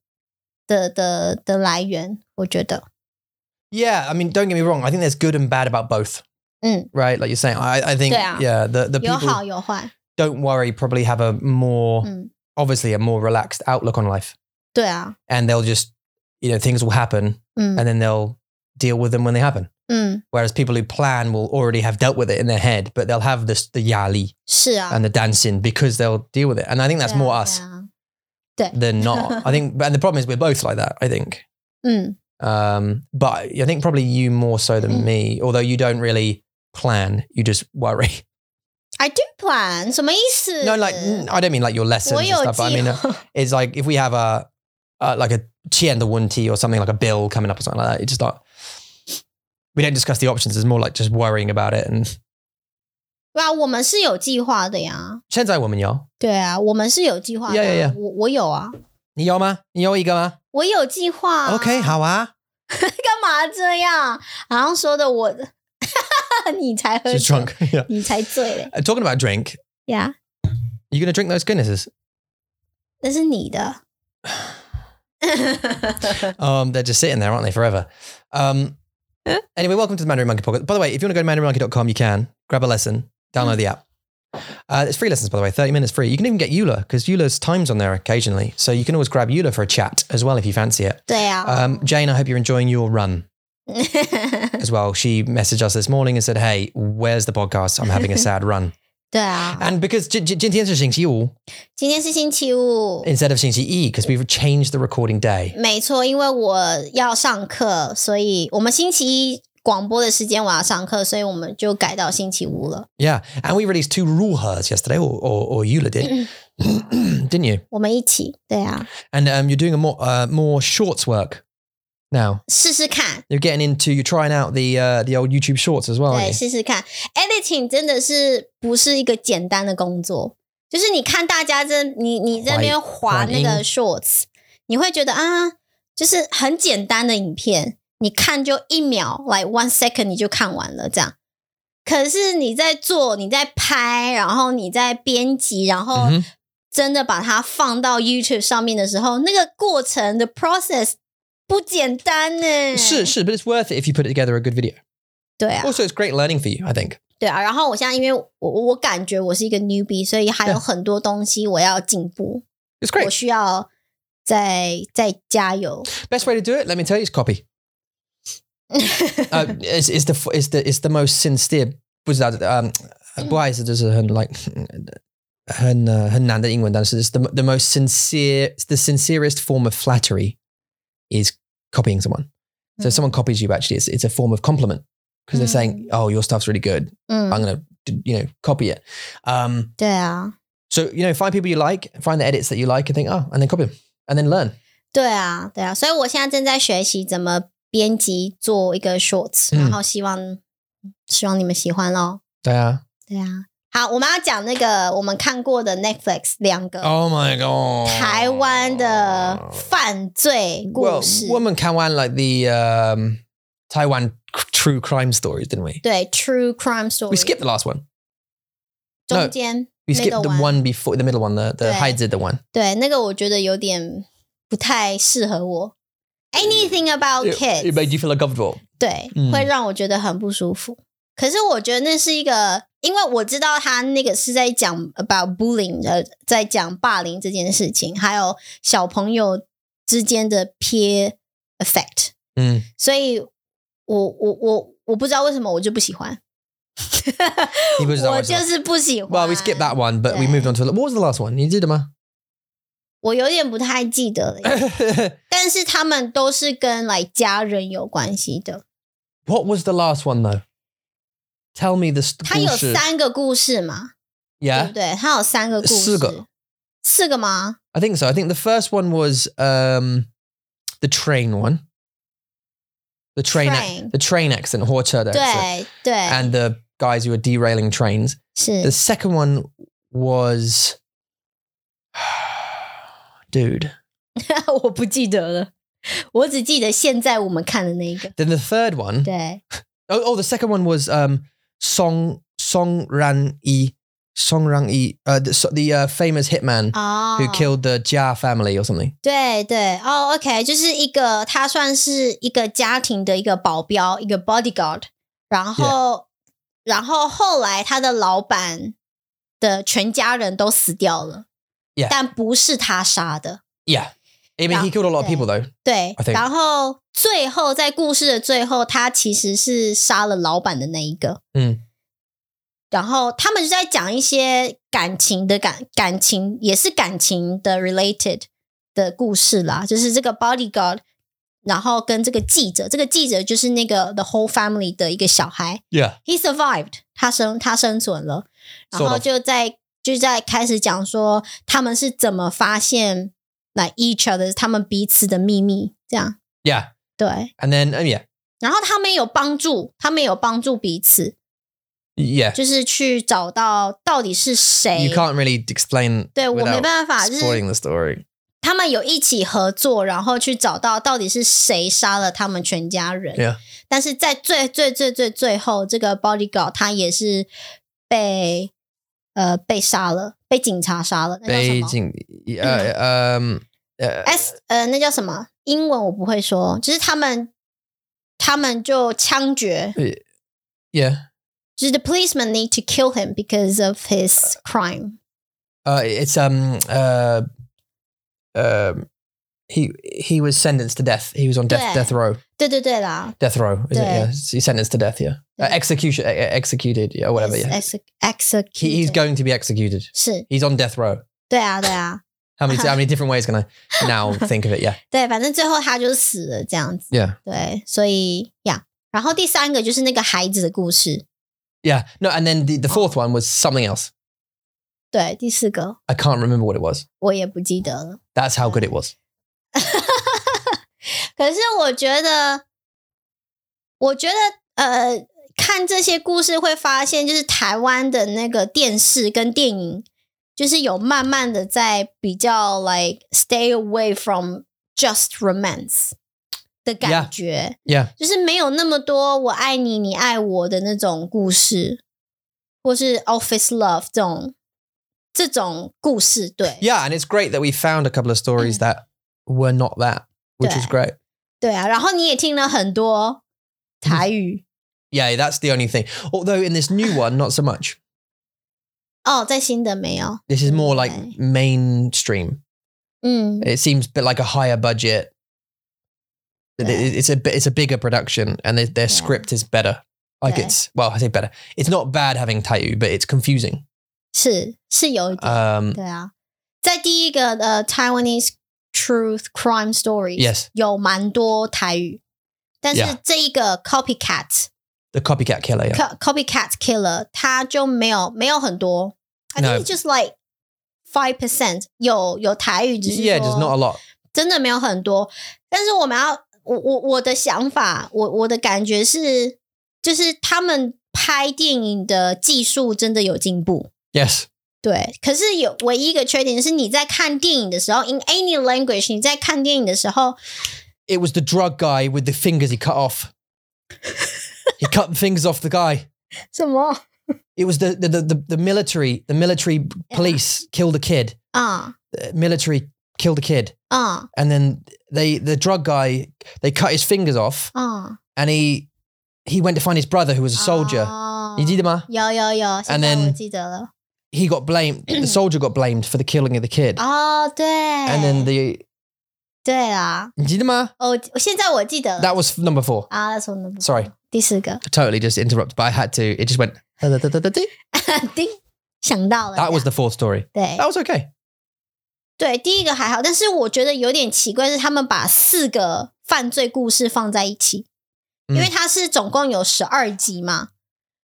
A: 的的的来源。我觉得，
B: Yeah, I mean, don't get me wrong. I think there's good and bad about both,
A: 嗯，
B: right? Like you're saying, I, I think,
A: Yeah.
B: yeah, the, the
A: 有好
B: people
A: 有坏，
B: don't worry probably have a more,
A: 嗯，
B: obviously, a more relaxed outlook on life.
A: 对啊，
B: And they'll just, you know, things will happen
A: 嗯
B: and then they'll deal with them when they happen.
A: 嗯，
B: Whereas people who plan will already have dealt with it in their head, but they'll have this, the yali
A: 是啊，
B: and the dancing because they'll deal with it. And I think
A: 对
B: that's
A: 啊
B: more us
A: 对啊
B: than not. I think, and the problem is we're both like that, I think.
A: 嗯，
B: Um, but I think probably you more so than me, although you don't really plan, you just worry.
A: I do plan，什么意思？
B: No, like
A: Mm.
B: n- I don't mean like your lessons
A: 我
B: and
A: 有
B: stuff. But I
A: 计
B: mean, uh,
A: 划，
B: it's like if we have a uh, like a chien the one tea or something like a bill coming up or something like that. It's just not. We don't discuss the options. It's more like just worrying about it. And
A: 对啊，我们是有计划的呀。
B: 现在 woman 有
A: 对啊，我们是有计划的啊。
B: Yeah, yeah, yeah.
A: 我我有啊，
B: 你有吗？你有一个吗、
A: 我有计划、
B: o k 好啊。
A: 干嘛这样？好像说的我， 你才喝酒
B: She's drunk. yeah.
A: 你才醉嘞
B: Uh, Talking about drink,
A: 呀
B: you gonna drink those Guinnesses?
A: 那是你的。
B: Um, they're just sitting there, aren't they, forever? Um,
A: Huh?
B: anyway, welcome to the Mandarin Monkey Pocket. By the way, if you want to go to mandarinmonkey.com, you can grab a lesson, download the app. Uh, it's free lessons, by the way, 30 minutes free. You can even get Eula because Eula's time's on there occasionally. So you can always grab Eula for a chat as well if you fancy it.
A: 对啊，
B: Um, Jane, I hope you're enjoying your run as well. She messaged us this morning and said, Hey, where's the podcast? I'm having a sad run.
A: 对啊，
B: And because Jin Jin Tian's Xingqi Wu
A: 今天是星期五，
B: instead of Xingqi Yi, because we've changed the recording day.
A: 没错，因为我要上课，所以我们星期一广播的时间我要上课，所以我们就改到星期五了。
B: Yeah. And we released two Ruhas yesterday, or, or, or Eula did. Didn't you?
A: 我们一起，对啊，
B: And um, you're doing a more uh, more shorts work now.
A: 试试看，
B: You're getting into you're trying out the uh, the old YouTube shorts as well.
A: 对，
B: Aren't you?
A: 试试看。Editing 真的是不是一个简单的工作？就是你看大家这，你你在那边
B: 滑
A: 滑那
B: 滑
A: 个
B: 音
A: shorts，你会觉得啊，就是很简单的影片，你看就一秒，like one second 你就看完了这样。可是你在做，你在拍，然后你在编辑，然后
B: Mhm.
A: 真的把它放到 YouTube 上面的时候，那个过程的 process 不简单呢。
B: Sure, sure, but it's worth it if you put together a good video.
A: 对啊。
B: Also, it's great learning for you. I think.
A: 对啊，然后我现在因为我我我感觉我是一个 newbie，所以还有
B: 对
A: 很多东西我要进步，
B: It's
A: 我
B: great.
A: 需要再再加油。
B: Best way to do it, let me tell you, is copy. Uh, it's, it's the it's the it's the most sincere. um, 不知道，嗯，不好意思，就是很 like 很呃很难的英文单词。It's the the most sincere, it's the sincerest form of flattery is copying someone.
A: 嗯
B: So if
A: Hmm.
B: someone copies you, actually, it's it's a form of compliment because they're saying, "Oh, your stuff's really good.
A: 嗯，
B: I'm gonna, d- you know, copy it." Um,
A: 对啊，
B: so you know, find people you like, find the edits that you like, and think, "Oh," and then copy them, and then learn.
A: 对啊，对啊，所以我现在正在学习怎么编辑做一个 shorts，、
B: 嗯
A: 然后希望希望你们喜欢咯。
B: Yeah.
A: 对啊，好，我们要讲那个我们看过的 Netflix 两个
B: Oh my god.
A: 台湾的犯罪故
B: Well,
A: 事。
B: woman can one like the um, Taiwan c- true crime stories, didn't we?
A: 对，True Crime Story，
B: We skipped the last one.
A: 中间
B: We skipped
A: Middle
B: the
A: one.
B: one. before the middle one, the the
A: Yeah.
B: Hyde did the one.
A: 对，那个我觉得有点不太适合我。Anything
B: 嗯
A: about
B: It- It, made
A: Oh, kids，
B: you feel uncomfortable.
A: 对，
B: 嗯
A: 会让我觉得很不舒服。可是我觉得那是一个，因为我知道他那个是在讲 about bullying，呃，在讲霸凌这件事情，还有小朋友之间的 peer effect，
B: Mm.
A: 所以我我我我不知道为什么我就不喜欢，
B: He was-
A: 我就是不喜欢。
B: well, we skipped that one, but we
A: Yeah.
B: moved on to what was the last one? You did them, huh?
A: 我有点不太记得了。但是他们都是跟来家人有关系的。
B: What was the last one though? Tell me the
A: 它有
B: story.
A: 三个故事嘛，对
B: Yeah,
A: 不对？它有三个故事，
B: 四个，
A: 四个吗？
B: I think so. I think the first one was um, the train one. The train, ac-
A: Train.
B: the train accident, Horchard accident.
A: 对对，
B: and the guys who were derailing trains. The
A: 是
B: second one was, dude,
A: 我不记得了。我只记得现在我们看的那一个。
B: Then the third one, oh
A: 对，
B: oh, the second one was um, Song Song Ran Yi, Song Ran Yi, uh, the, so- the uh, famous hitman
A: 哦，
B: who killed the Jia family or something.
A: 对对，哦，OK，就是一个他算是一个家庭的一个保镖，一个 bodyguard，然后然后后来他的老板的全家人都死掉了
B: Yeah
A: 但不是他杀的，
B: Yeah, I mean
A: Yeah.
B: he killed a lot of people though.
A: 对
B: I，think-
A: 然后最后在故事的最后，他其实是杀了老板的那一个，
B: 嗯，
A: 然后他们就在讲一些感情的感感情，也是感情的 related 的故事啦，就是这个 bodyguard，然后跟这个记者，这个记者就是那个 the whole family 的一个小孩
B: Yeah,
A: ，he survived，他生他生存了，然
B: Sort
A: 后
B: of
A: 就在就在开始讲说他们是怎么发现 like each other 他们彼此的秘密，这样
B: yeah,
A: 对。
B: and then um, yeah,
A: 然后他们有帮助，他们有帮助彼此，
B: yeah.
A: 就是去找到到底是谁
B: You。can't really explain.
A: 对我没
B: without
A: 办法，就
B: spoiling
A: 是
B: the story.
A: 他们有一起合作，然后去找到到底是谁杀了他们全家人。
B: Yeah.
A: 但是在最最最最最后，这个 bodyguard 他也是被呃被杀了，被警察杀了。那叫什么
B: Beijing. Uh,
A: Mm.
B: um. Uh,
A: S 呃，那叫什么？英文我不会说，就是他们他们就枪决，
B: yeah.
A: 就是 the policemen need to kill him because of his crime。
B: Uh, it's um uh um he he was sentenced to death. He was on death
A: Yeah.
B: death row.
A: 对对对啦，
B: Death row. Is it?
A: Yeah.
B: Yeah. He's sentenced to death. Yeah. Uh,
A: Yeah.
B: execution. Uh, executed. Yeah. Whatever. Yeah.
A: Ex- execute.
B: He, he's going to be executed.
A: 是，
B: He's on death row.
A: 对啊，对啊，
B: How
A: Uh-huh.
B: many how many different ways can I now think of it? Yeah.
A: 对，反正最后他就是死了这样子。
B: Yeah.
A: 对，所以呀然后第三个就是那个孩子的故事。
B: Yeah. No. And then
A: Oh.
B: the, the fourth one was something else.
A: 对，第四个
B: I can't remember what it was.
A: 我也不记得了。
B: That's how good it was.
A: 可是我觉得，我觉得呃，看这些故事会发现，就是台湾的那个电视跟电影，就是有慢慢的在比较 like stay away from just romance 的感
B: Yeah.
A: 觉
B: Yeah.
A: 就是没有那么多我爱你，你爱我的那种故事，或是 office love 这种这种故事，对
B: Yeah. And it's great that we found a couple
A: Mm.
B: of stories that were not that, which is
A: Yeah.
B: great.
A: 对啊，然后你也听了很多台语。
B: Yeah, that's the only thing. Although in this new one, not so much.
A: 哦，在新的没有。
B: This is more like
A: Okay.
B: mainstream.
A: 嗯，
B: It seems a bit like a higher budget. It-
A: Yeah.
B: It's a it's a bigger production, and their, their
A: Yeah.
B: script is better. Like
A: Yeah.
B: it's well, I say better. It's not bad having Taiyu, but it's confusing.
A: 是是有一点，
B: Um,
A: 对啊，在第一个的 Taiwanese Truth Crime Stories
B: Yes,
A: 有蛮多台语，但是
B: Yeah
A: 这一个 Copycat、
B: the copycat killer. Yeah.
A: Co- Copycat Killer 它就没有没有很多，I
B: No
A: think it's just like five percent 有有台语，只是
B: yeah, there's
A: 说
B: not a lot.
A: 真的没有很多。但是我们要，我我我的想法，我我的感觉是，就是他们拍电影的技术真的有进步。
B: Yes,
A: 对，可是有唯一一个缺点就是你在看电影的时候，in any language，你在看电影的时候，
B: it was the drug guy with the fingers he cut off. he cut the fingers off the guy.
A: 什么
B: It was the the the, the, the military. The military police killed a kid.
A: 啊
B: uh, military killed a kid,
A: 啊
B: and then they the drug guy they cut his fingers off,
A: 啊！
B: and he he went to find his brother who was a soldier.
A: 哦
B: You
A: 有有有，现在
B: then-
A: 我记得了。
B: He got blamed. the soldier got blamed for the killing of the kid,
A: 哦，对
B: and then the
A: 对啦，
B: Didima?
A: 哦，我现在我记得了
B: That was number four.
A: 啊，那从
B: Sorry.
A: 第四个，
B: I totally just interrupted, but I had to. It just went. That
A: 叮，想到了
B: was the fourth story.
A: 对
B: That was okay.
A: 对，第一个还好，但是我觉得有点奇怪是他们把四个犯罪故事放在一起，因为
B: 嗯
A: 它是总共有十二集嘛，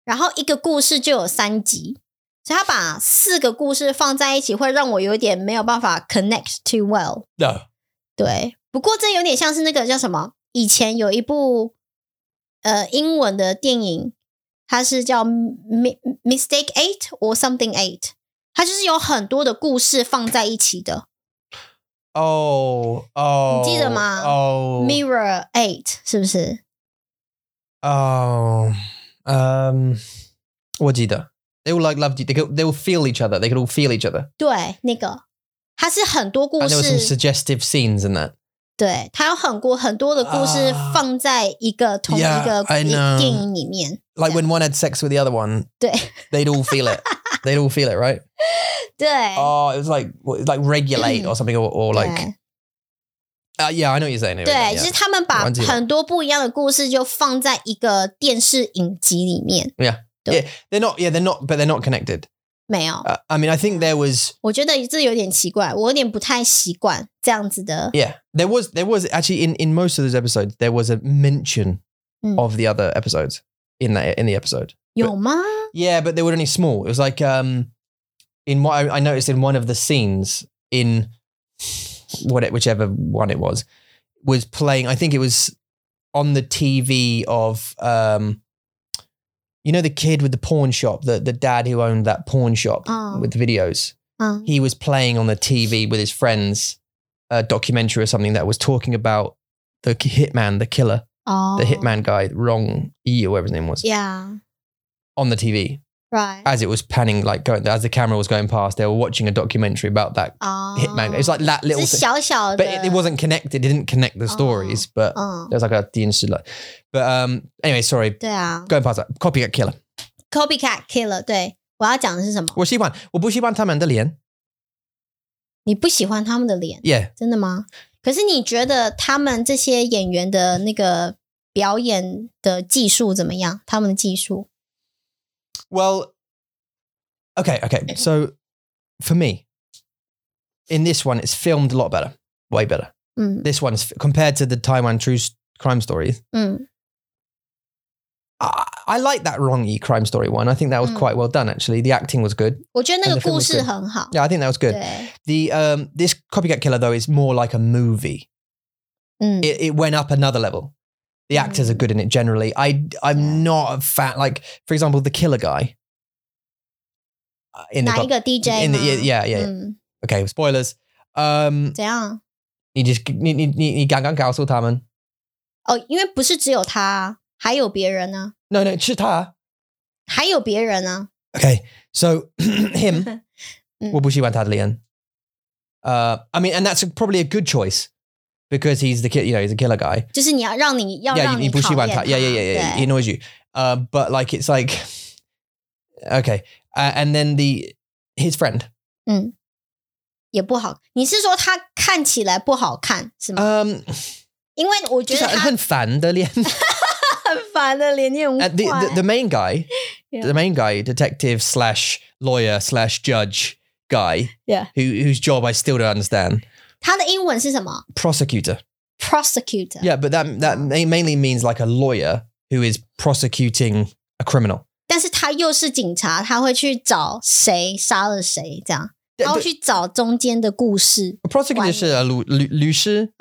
A: 然后一个故事就有三集，所以他把四个故事放在一起，会让我有点没有办法 connect too well。
B: No.
A: 对，不过这有点像是那个叫什么？以前有一部呃英文的电影，它是叫《Mi- Mistake Eight》or Something Eight，它就是有很多的故事放在一起的。
B: 哦哦，
A: 你记得吗
B: 哦
A: Mirror Eight 是不是？
B: 哦，嗯，我记得。They will like love. They could, they will feel each other. They could all feel each other.
A: 对，那个它是很多故
B: And there were some
A: 事，
B: suggestive scenes in that.
A: 对，它有很多很多的故事
B: 啊
A: 放在一个同一
B: Yeah，
A: 个
B: I
A: 一
B: know
A: 电影里面。
B: Like
A: Yeah.
B: when one had sex with the other one,
A: 对
B: they'd all feel it. they'd all feel it, right?
A: 对，
B: Oh, it was like what- like regulate or something, or, or like uh, yeah, I know what you're saying.
A: 对
B: anyway,
A: 对，就
B: yeah.
A: 是他们把
B: 忘记了
A: 很多不一样的故事就放在一个电视影集里面。
B: they're not. Yeah, they're not. But they're not connected.
A: 没有，
B: Uh, I mean, I think there was.
A: 我觉得这有点奇怪，我有点不太习惯这样子的。
B: Yeah, there was. There was actually in in most of those episodes there was a mention
A: Mm.
B: of the other episodes in that in the episode.
A: 有吗？
B: Yeah, but they were only small. It was like um, in what I, I noticed in one of the scenes in what it, whichever one it was was playing. I think it was on the TV of um, you know the kid with the pawn shop, the the dad who owned that pawn shop
A: Oh.
B: with the videos.
A: 嗯，
B: He was playing on the TV with his friends a documentary or something that was talking about the k- hitman, the killer,
A: 哦
B: the hitman guy, Wrong E or whatever his name was,
A: Oh. Yeah,
B: on the TV
A: right.
B: as it was panning, like going as the camera was going past, they were watching a documentary about that
A: 哦
B: hitman. It's like that little
A: 是
B: thing,
A: 小小的
B: but it, it wasn't connected. It didn't connect the stories, but there
A: 嗯，
B: was like a the industry like. But um, anyway, sorry,
A: 对啊
B: going past that. Copycat killer.
A: ，copycat killer。对，我要讲的是什么？
B: 我喜欢，我不喜欢他们的脸。
A: 你不喜欢他们的脸，
B: Yeah,
A: 真的吗？可是你觉得他们这些演员的那个表演的技术怎么样？他们的技术，
B: well, okay, okay. So for me, in this one, it's filmed a lot better, way better.
A: 嗯
B: This one's compared to the Taiwan true s- crime stories.
A: 嗯，
B: I, I like that wrongy crime story one. I think that was
A: Mm.
B: quite well done actually. The acting was good.
A: 我觉得那
B: And
A: 个
B: the film
A: 故
B: was
A: 事
B: good.
A: 很好。
B: Yeah, I think that was good.
A: 对，
B: The um this copycat killer though is more like a movie.
A: 嗯，
B: It, it went up another level. The actors are
A: Mm.
B: good in it generally. I I'm
A: Yeah.
B: not a fan like for example the killer guy uh, in the,
A: 哪一
B: cop-
A: 个 DJ？
B: in the
A: 吗
B: yeah yeah, yeah.
A: 嗯，
B: okay spoilers. Um,
A: 怎样？
B: you just you you you gang gang Taman.
A: 哦，因为不是只有他啊，还有别人呢、
B: No no Chita.
A: 还有别人呢、
B: Okay, so him.
A: 嗯
B: 我不喜欢他的脸。Uh, I mean, and that's probably a good choice because he's the kid. You know, he's a killer guy.
A: 就是你要让你要
B: yeah,
A: 让
B: you,
A: 你讨厌
B: 他. Yeah, yeah, yeah, yeah.
A: 对
B: He annoys you. Uh, but like, it's like, okay, uh, and then the his friend.
A: 也不好。你是说他看起来不好看是吗？
B: Um,
A: 因为我觉得他
B: just很烦的脸。
A: 很烦的脸，你很
B: Uh, the, the
A: 坏
B: the main guy,
A: Yeah.
B: the main guy, detective slash lawyer slash judge guy.
A: Yeah.
B: Who whose job I still don't understand.
A: 他的英文是什么
B: Prosecutor.
A: ？Prosecutor。
B: Yeah, but that that ma- mainly means like a lawyer who is prosecuting a criminal.
A: 但是他又是警察，他会去找谁杀了谁，这样，
B: Yeah,
A: 他会
B: but
A: 去找中间的故事。
B: A prosecutor uh, 是律律律师，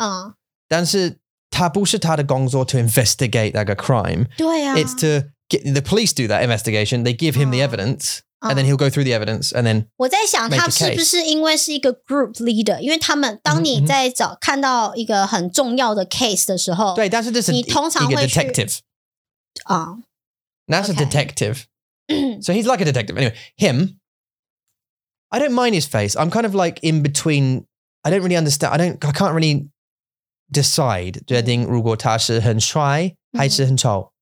B: 但是他不是他的工作
A: 嗯，
B: to investigate like a crime.
A: 对啊
B: It's to get the police do that investigation. They give him the
A: Ah.
B: evidence,
A: 嗯
B: and then he'll go through the evidence, and then
A: 我在想，
B: make a
A: 他是不是因为是一个 group leader？因为他们当
B: 嗯
A: 你
B: 哼
A: 在找看到一个很重要的 case 的时候，
B: 对，但是这是
A: 你通常
B: 一个
A: 会去-
B: detective.
A: 啊，
B: That's
A: Okay.
B: a detective. so he's like a detective. Anyway, him. I don't mind his face. I'm kind of like in between. I don't really understand. I don't. I can't really decide. 决定如果他是很帅还是很丑，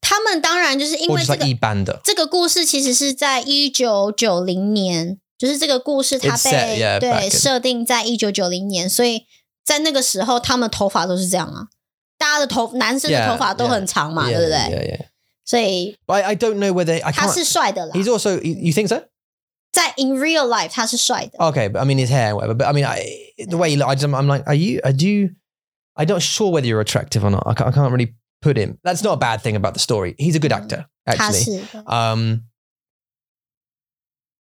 A: 他们当然就是因
B: 或
A: 为
B: 者
A: 这
B: 是
A: 个
B: 一般的。
A: 这个故事其实是在一九九零年，就是这个故事它
B: It's
A: 被
B: set, yeah,
A: 对
B: back in-
A: 设定在一九九零年，所以在那个时候他们头发都是这样啊，大家的头男生的
B: Yeah,
A: 头发都很长嘛
B: Yeah,
A: 对不对
B: yeah, yeah.
A: 所以
B: But I, I don't know whether I
A: 他
B: can't.
A: 是帅的啦，
B: He's also. You you think so?
A: 在 in real life 他是帅的，
B: Okay, but I mean his hair, and whatever. But I mean, I, the way he look, I just, I'm like, are you? Are you? I'm not sure whether you're attractive or not. I can't, I can't really put him. That's not a bad thing about the story. He's a good
A: Mm.
B: actor,
A: 他
B: actually.
A: 是的
B: Um,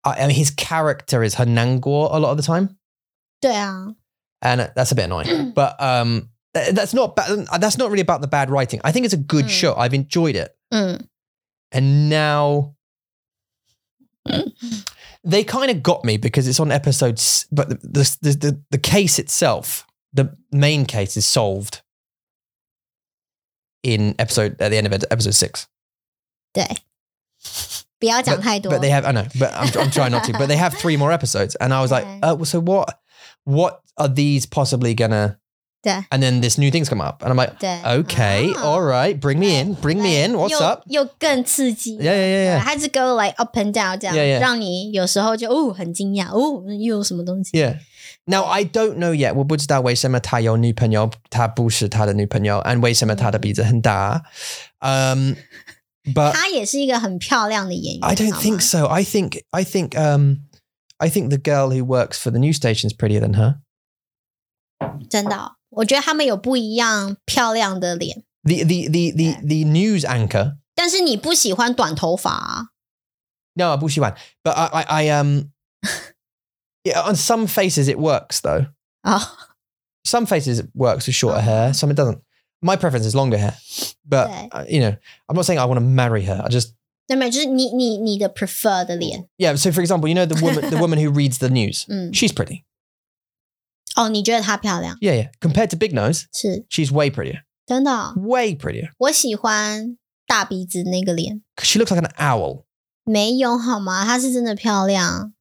B: I, I mean, his character is Hanangor a lot of the time,
A: 对啊，
B: and that's a bit annoying. but um, th- that's not ba- that's not really about the bad writing. I think it's a good
A: Mm.
B: show. I've enjoyed it,
A: 嗯
B: and now they kind of got me because it's on episodes, but the the, the the the case itself, the main case is solved in episode at the end of episode six.
A: 对，不要讲太多。
B: But they have I know, but I'm, I'm trying not to. But they have three more episodes, and I was like,
A: Okay.
B: uh, well, so what? What are these possibly gonna?
A: Yeah.
B: And then this new thing's come up, and I'm like,
A: 对
B: okay,
A: 啊
B: all right, bring me in, bring me in. What's
A: 又
B: up?
A: 又更刺激。
B: Yeah, yeah, yeah,
A: 对
B: yeah.
A: 它是 go like up and down 这样
B: Yeah, yeah.
A: 让你有时候就哦很惊讶哦又有什么东西。
B: Yeah. Now I don't know yet. 我不知道为什么他有女朋友，他不是他的女朋友 and 为什么他的鼻子很大。Um, but
A: 她也是一个很漂亮的演员。
B: I don't
A: 好吗
B: think so. I think I think um, I think the girl who works for the news station's prettier than her.
A: 真的哦、我觉得他们有不一样漂亮的脸，
B: The the the the
A: Yeah.
B: the news anchor.
A: 但是你不喜欢短头发、啊，
B: No, I bullshit one. But I I, I um, yeah. On some faces it works though.
A: 哦，
B: some faces it works with shorter
A: Uh-huh.
B: hair, some it doesn't. My preference is longer hair, but
A: Okay.
B: uh, you know, I'm not saying I want to marry her. I just
A: 对没有，就是你你你的 prefer 的脸，
B: yeah. So for example, you know the woman, the woman who reads the news,
A: 嗯，
B: she's pretty.
A: 哦，你觉得她漂亮
B: Yeah, yeah. Compared to Big Nose,
A: 是
B: she's way prettier,
A: 真的哦、
B: way prettier.
A: 我喜欢大鼻子那个脸，
B: She looks like an owl.
A: 没有好吗？她是真的漂亮，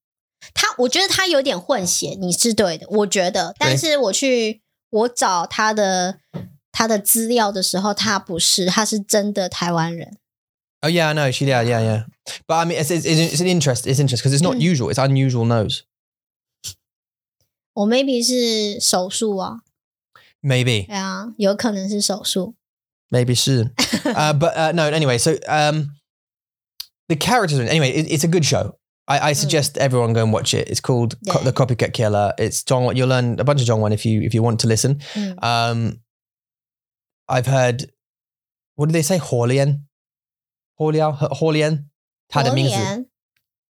A: 她我觉得她有点混血，你是对的，我觉得，但是我去我找她的她的资料的时候，她不是，她是真的台湾人，
B: Oh yeah, I know. She yeah, yeah, yeah. But I mean, it's it's, it's, it's an interest. It's interest because it's not
A: Mm.
B: usual. It's unusual nose.
A: 我 maybe 是手术啊，
B: Maybe,
A: 对啊，有可能是手术，
B: maybe soon. uh, but uh, no. Anyway, so um, the characters. Anyway, it, it's a good show. I, I suggest everyone go and watch it. It's called Co-
A: Yeah.
B: The Copycat Killer. It's John. Wan- You'll learn a bunch of John One if you if you want to listen.
A: 嗯，
B: Um, I've heard. What do they say? Horlian, Horliao, Horlian.
A: 榴莲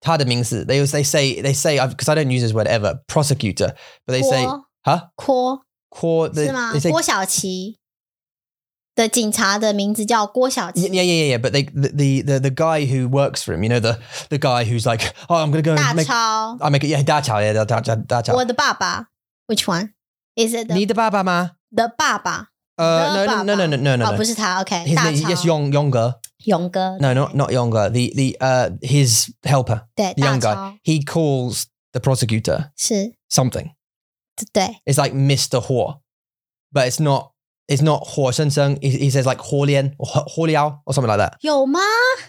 B: 他的名字. They always they say they say I've because I don't use this word ever. Prosecutor, but they say
A: 郭
B: huh?
A: 郭
B: Core. They,
A: 是吗
B: they？say
A: 郭晓琪的警察的名字叫郭晓琪，
B: Yeah, yeah, yeah, yeah. But they, the, the the the guy who works for him, you know, the the guy who's like, oh, I'm gonna go
A: 大
B: and make,
A: 超，
B: I make it. Yeah, da chao, yeah, da chao, da
A: 我
B: chao.
A: 的爸爸，Which one is it？
B: Need the baba ma?
A: 的爸爸？
B: Uh, no, no, no, no, no, no,
A: 哦，
B: no.
A: 不是他，OK，
B: His
A: 大
B: name, yes,
A: 超，
B: Yong Younger.
A: 勇哥，
B: No, not not Younger. The the uh his helper,
A: 对，
B: the
A: 大
B: young
A: 超
B: guy. He calls the prosecutor
A: 是，
B: something.
A: 对，
B: It's like Mister Huo, but it's not. It's not Huo Shen Shen. He, he says like Huo Lian or Huo Liao or something like that.
A: 有吗？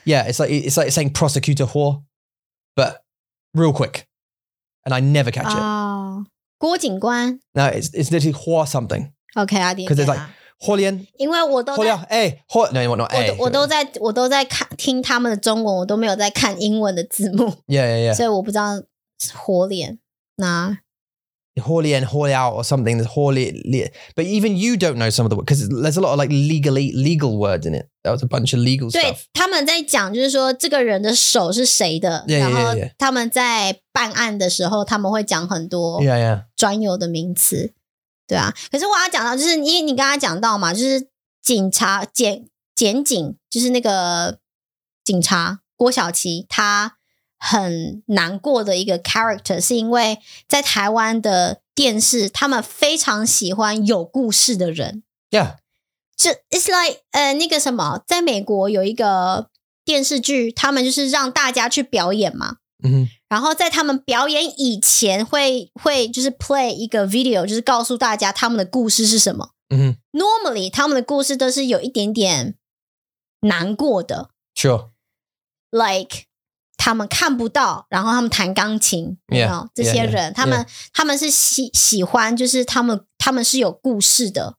B: Yeah, it's like it's like saying prosecutor whore, but real quick, and I never catch
A: Ah.
B: it.
A: 哦，郭警官
B: No, it's it's literally whore something.
A: ，OK 啊，点
B: 'Cause it's
A: 点
B: like-
A: 啊
B: Huolian,
A: 因为我都在。
B: huoliao, eh, huo. No, what not?
A: 我
B: Eh,
A: 都我都在我都在看听他们的中文，我都没有在看英文的字幕，
B: yeah, yeah,
A: 所以我不知道火脸那
B: yeah. Huolian, huoliao, or something. There's huoli. But even you don't know some of the words because there's a lot of like legally legal words in it. That was a bunch of legal
A: 对
B: stuff.
A: 他们在讲，就是说这个人的手是谁的
B: Yeah, yeah,
A: 然
B: yeah,
A: 后
B: yeah.
A: 他们在办案的时候，他们会讲很多
B: Yeah, yeah.
A: 专有的名词对啊。可是我要讲到，就是因为你刚才讲到嘛，就是警察检检警，就是那个警察郭晓琪，他很难过的一个 character，是因为在台湾的电视，他们非常喜欢有故事的人。
B: Yeah.
A: 就 it's like 呃那个什么，在美国有一个电视剧，他们就是让大家去表演嘛。
B: Mhm.
A: 然后在他们表演以前会，会就是 play 一个 video，就是告诉大家他们的故事是什么。
B: Mhm.
A: Normally，他们的故事都是有一点点难过的
B: Sure.
A: ，like 他们看不到，然后他们弹钢琴
B: Yeah,
A: 然后这些
B: yeah, yeah,
A: 人他们他们是喜喜欢，就是他们他们是有故事的。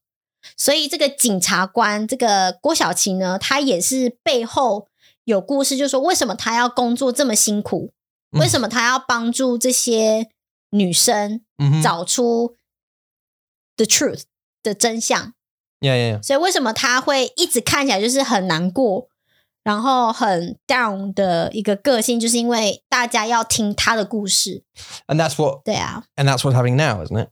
A: 所以这个检察官，这个郭晓琪呢，他也是背后有故事，就说为什么他要工作这么辛苦，
B: 嗯
A: 为什么他要帮助这些女生
B: Mhm.
A: 找出 the truth 的真相。
B: Yeah, yeah, yeah.
A: 所以为什么他会一直看起来就是很难过，然后很 down 的一个个性，就是因为大家要听他的故事。
B: And that's what
A: 对啊
B: and that's what's happening now, isn't it?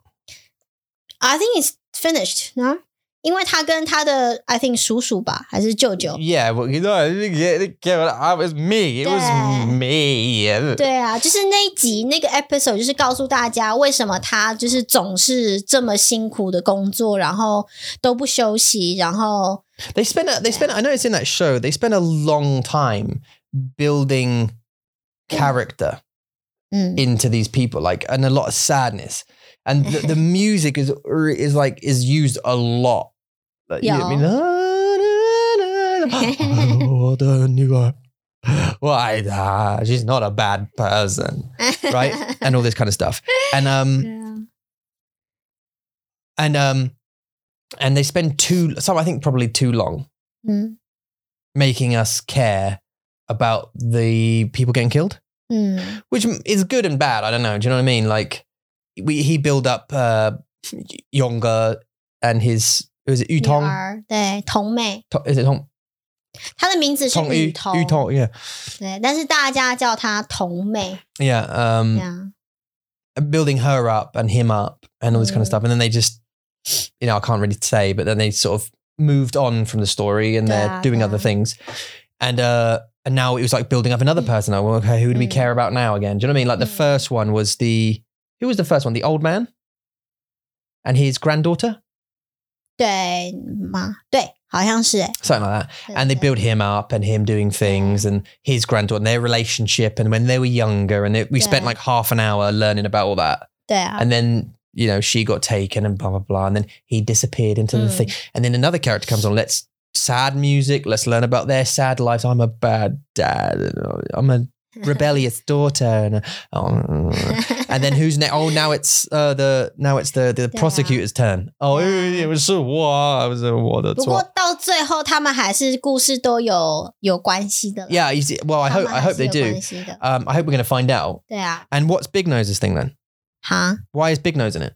A: ，I think it's finished. No, 因为他跟他的 I think 叔叔吧，还是舅舅，
B: Yeah, well, you know, Ah, it was me. It
A: Yeah.
B: was me.
A: 对啊，就是那一集那个 episode，就是告诉大家为什么他就是总是这么辛苦的工作，然后都不休息，然后
B: They spent a, they spent I know it's in that show. They spent a long time building character
A: 嗯
B: into these people, like and a lot of sadness. And the, the music is is like is used a lot. Like, you know, what I mean, "Oh, then you are- why ah, she's not a bad person, right? 嗯 and all this kind of stuff. And um
A: 对啊
B: and um and they spend too some I think probably too long
A: 嗯
B: making us care about the people getting killed,
A: 嗯
B: which is good and bad. I don't know. Do you know what I mean? Like we, he build up uh, Yonga and his was it
A: 女
B: Utong?
A: 儿对童妹，
B: To- Is it Tong?
A: 她的名字是
B: Tong
A: 雨
B: Yu
A: 桐，
B: Utong? Yeah,
A: 对，但是大家叫她童妹，
B: yeah. Um,
A: 对啊，
B: Building her up and him up and all this kind
A: Mm.
B: of stuff, and then they just, you know, I can't really say, but then they sort of moved on from the story and they're
A: Yeah,
B: doing
A: yeah.
B: other things, and uh, and now it was like building up another person. Like, well, okay, who do we
A: Mm.
B: care about now again? Do you know what I mean? Like the
A: Mm.
B: first one was the who was the first one? The old man and his granddaughter,
A: 对吗？对，好像是哎、
B: something like that.
A: 对
B: And they
A: 对
B: build him up and him doing things and his granddaughter and their relationship and when they were younger and it, we spent
A: Yeah.
B: like half an hour learning about all that.
A: 对啊，
B: And then, you know, she got taken and blah, blah, blah. And then he disappeared into the
A: Mm.
B: thing. And then another character comes on. Let's sad music. Let's learn about their sad lives. I'm a bad dad. and I'm a rebellious daughter. And, oh. and then who's next? Oh, now it's uh, the now it's the, the
A: Yeah.
B: prosecutor's turn. Oh,
A: Yeah.
B: it was a war. It was a war. That's
A: 不过
B: what.
A: 到最后，他们还是故事都有有关系的啦。
B: Yeah. You see, well, I
A: 他们
B: hope I
A: 还
B: hope
A: 是
B: they
A: 有
B: do.
A: 关系的。
B: Um, I hope we're going to find out.
A: 对啊，
B: And what's Big Nose's thing then?
A: 哈，
B: Why is Big Nose in it?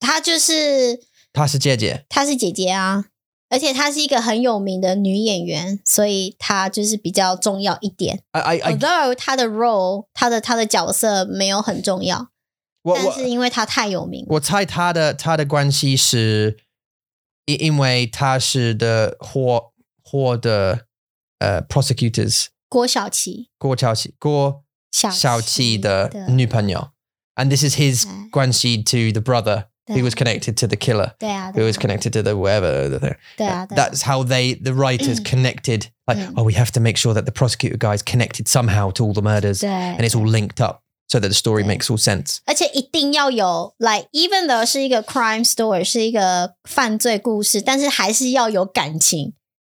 A: 她就是
B: Tasa Jeje.
A: 她是姐姐啊，而且她是一个很有名的女演员，所以她就是比较重要一点。
B: I, I, I
A: Although 她的 role，她的她的角色没有很重要，
B: what,
A: 但
B: what,
A: 是因为她太有名，
B: 我猜他的他的关系是，因因为他是的获获的呃 prosecutors
A: 郭晓琪
B: 郭乔琪郭
A: 小
B: 小琪的
A: 的
B: 女朋友，and this is his
A: 对
B: 关系 to the brother who was
A: 对
B: connected to the killer
A: 对啊，
B: who
A: 对
B: was
A: 啊
B: connected to the whatever the thing.
A: 对啊，对啊
B: 呃 That's how they the writers connected. Like
A: Mm.
B: oh, we have to make sure that the prosecutor guy's connected somehow to all the murders
A: 对
B: and it's all linked up so that the story
A: Yeah.
B: makes all sense.
A: 而且一定要有，like even though 是一个 crime story，是一个犯罪故事，但是还是要有感情。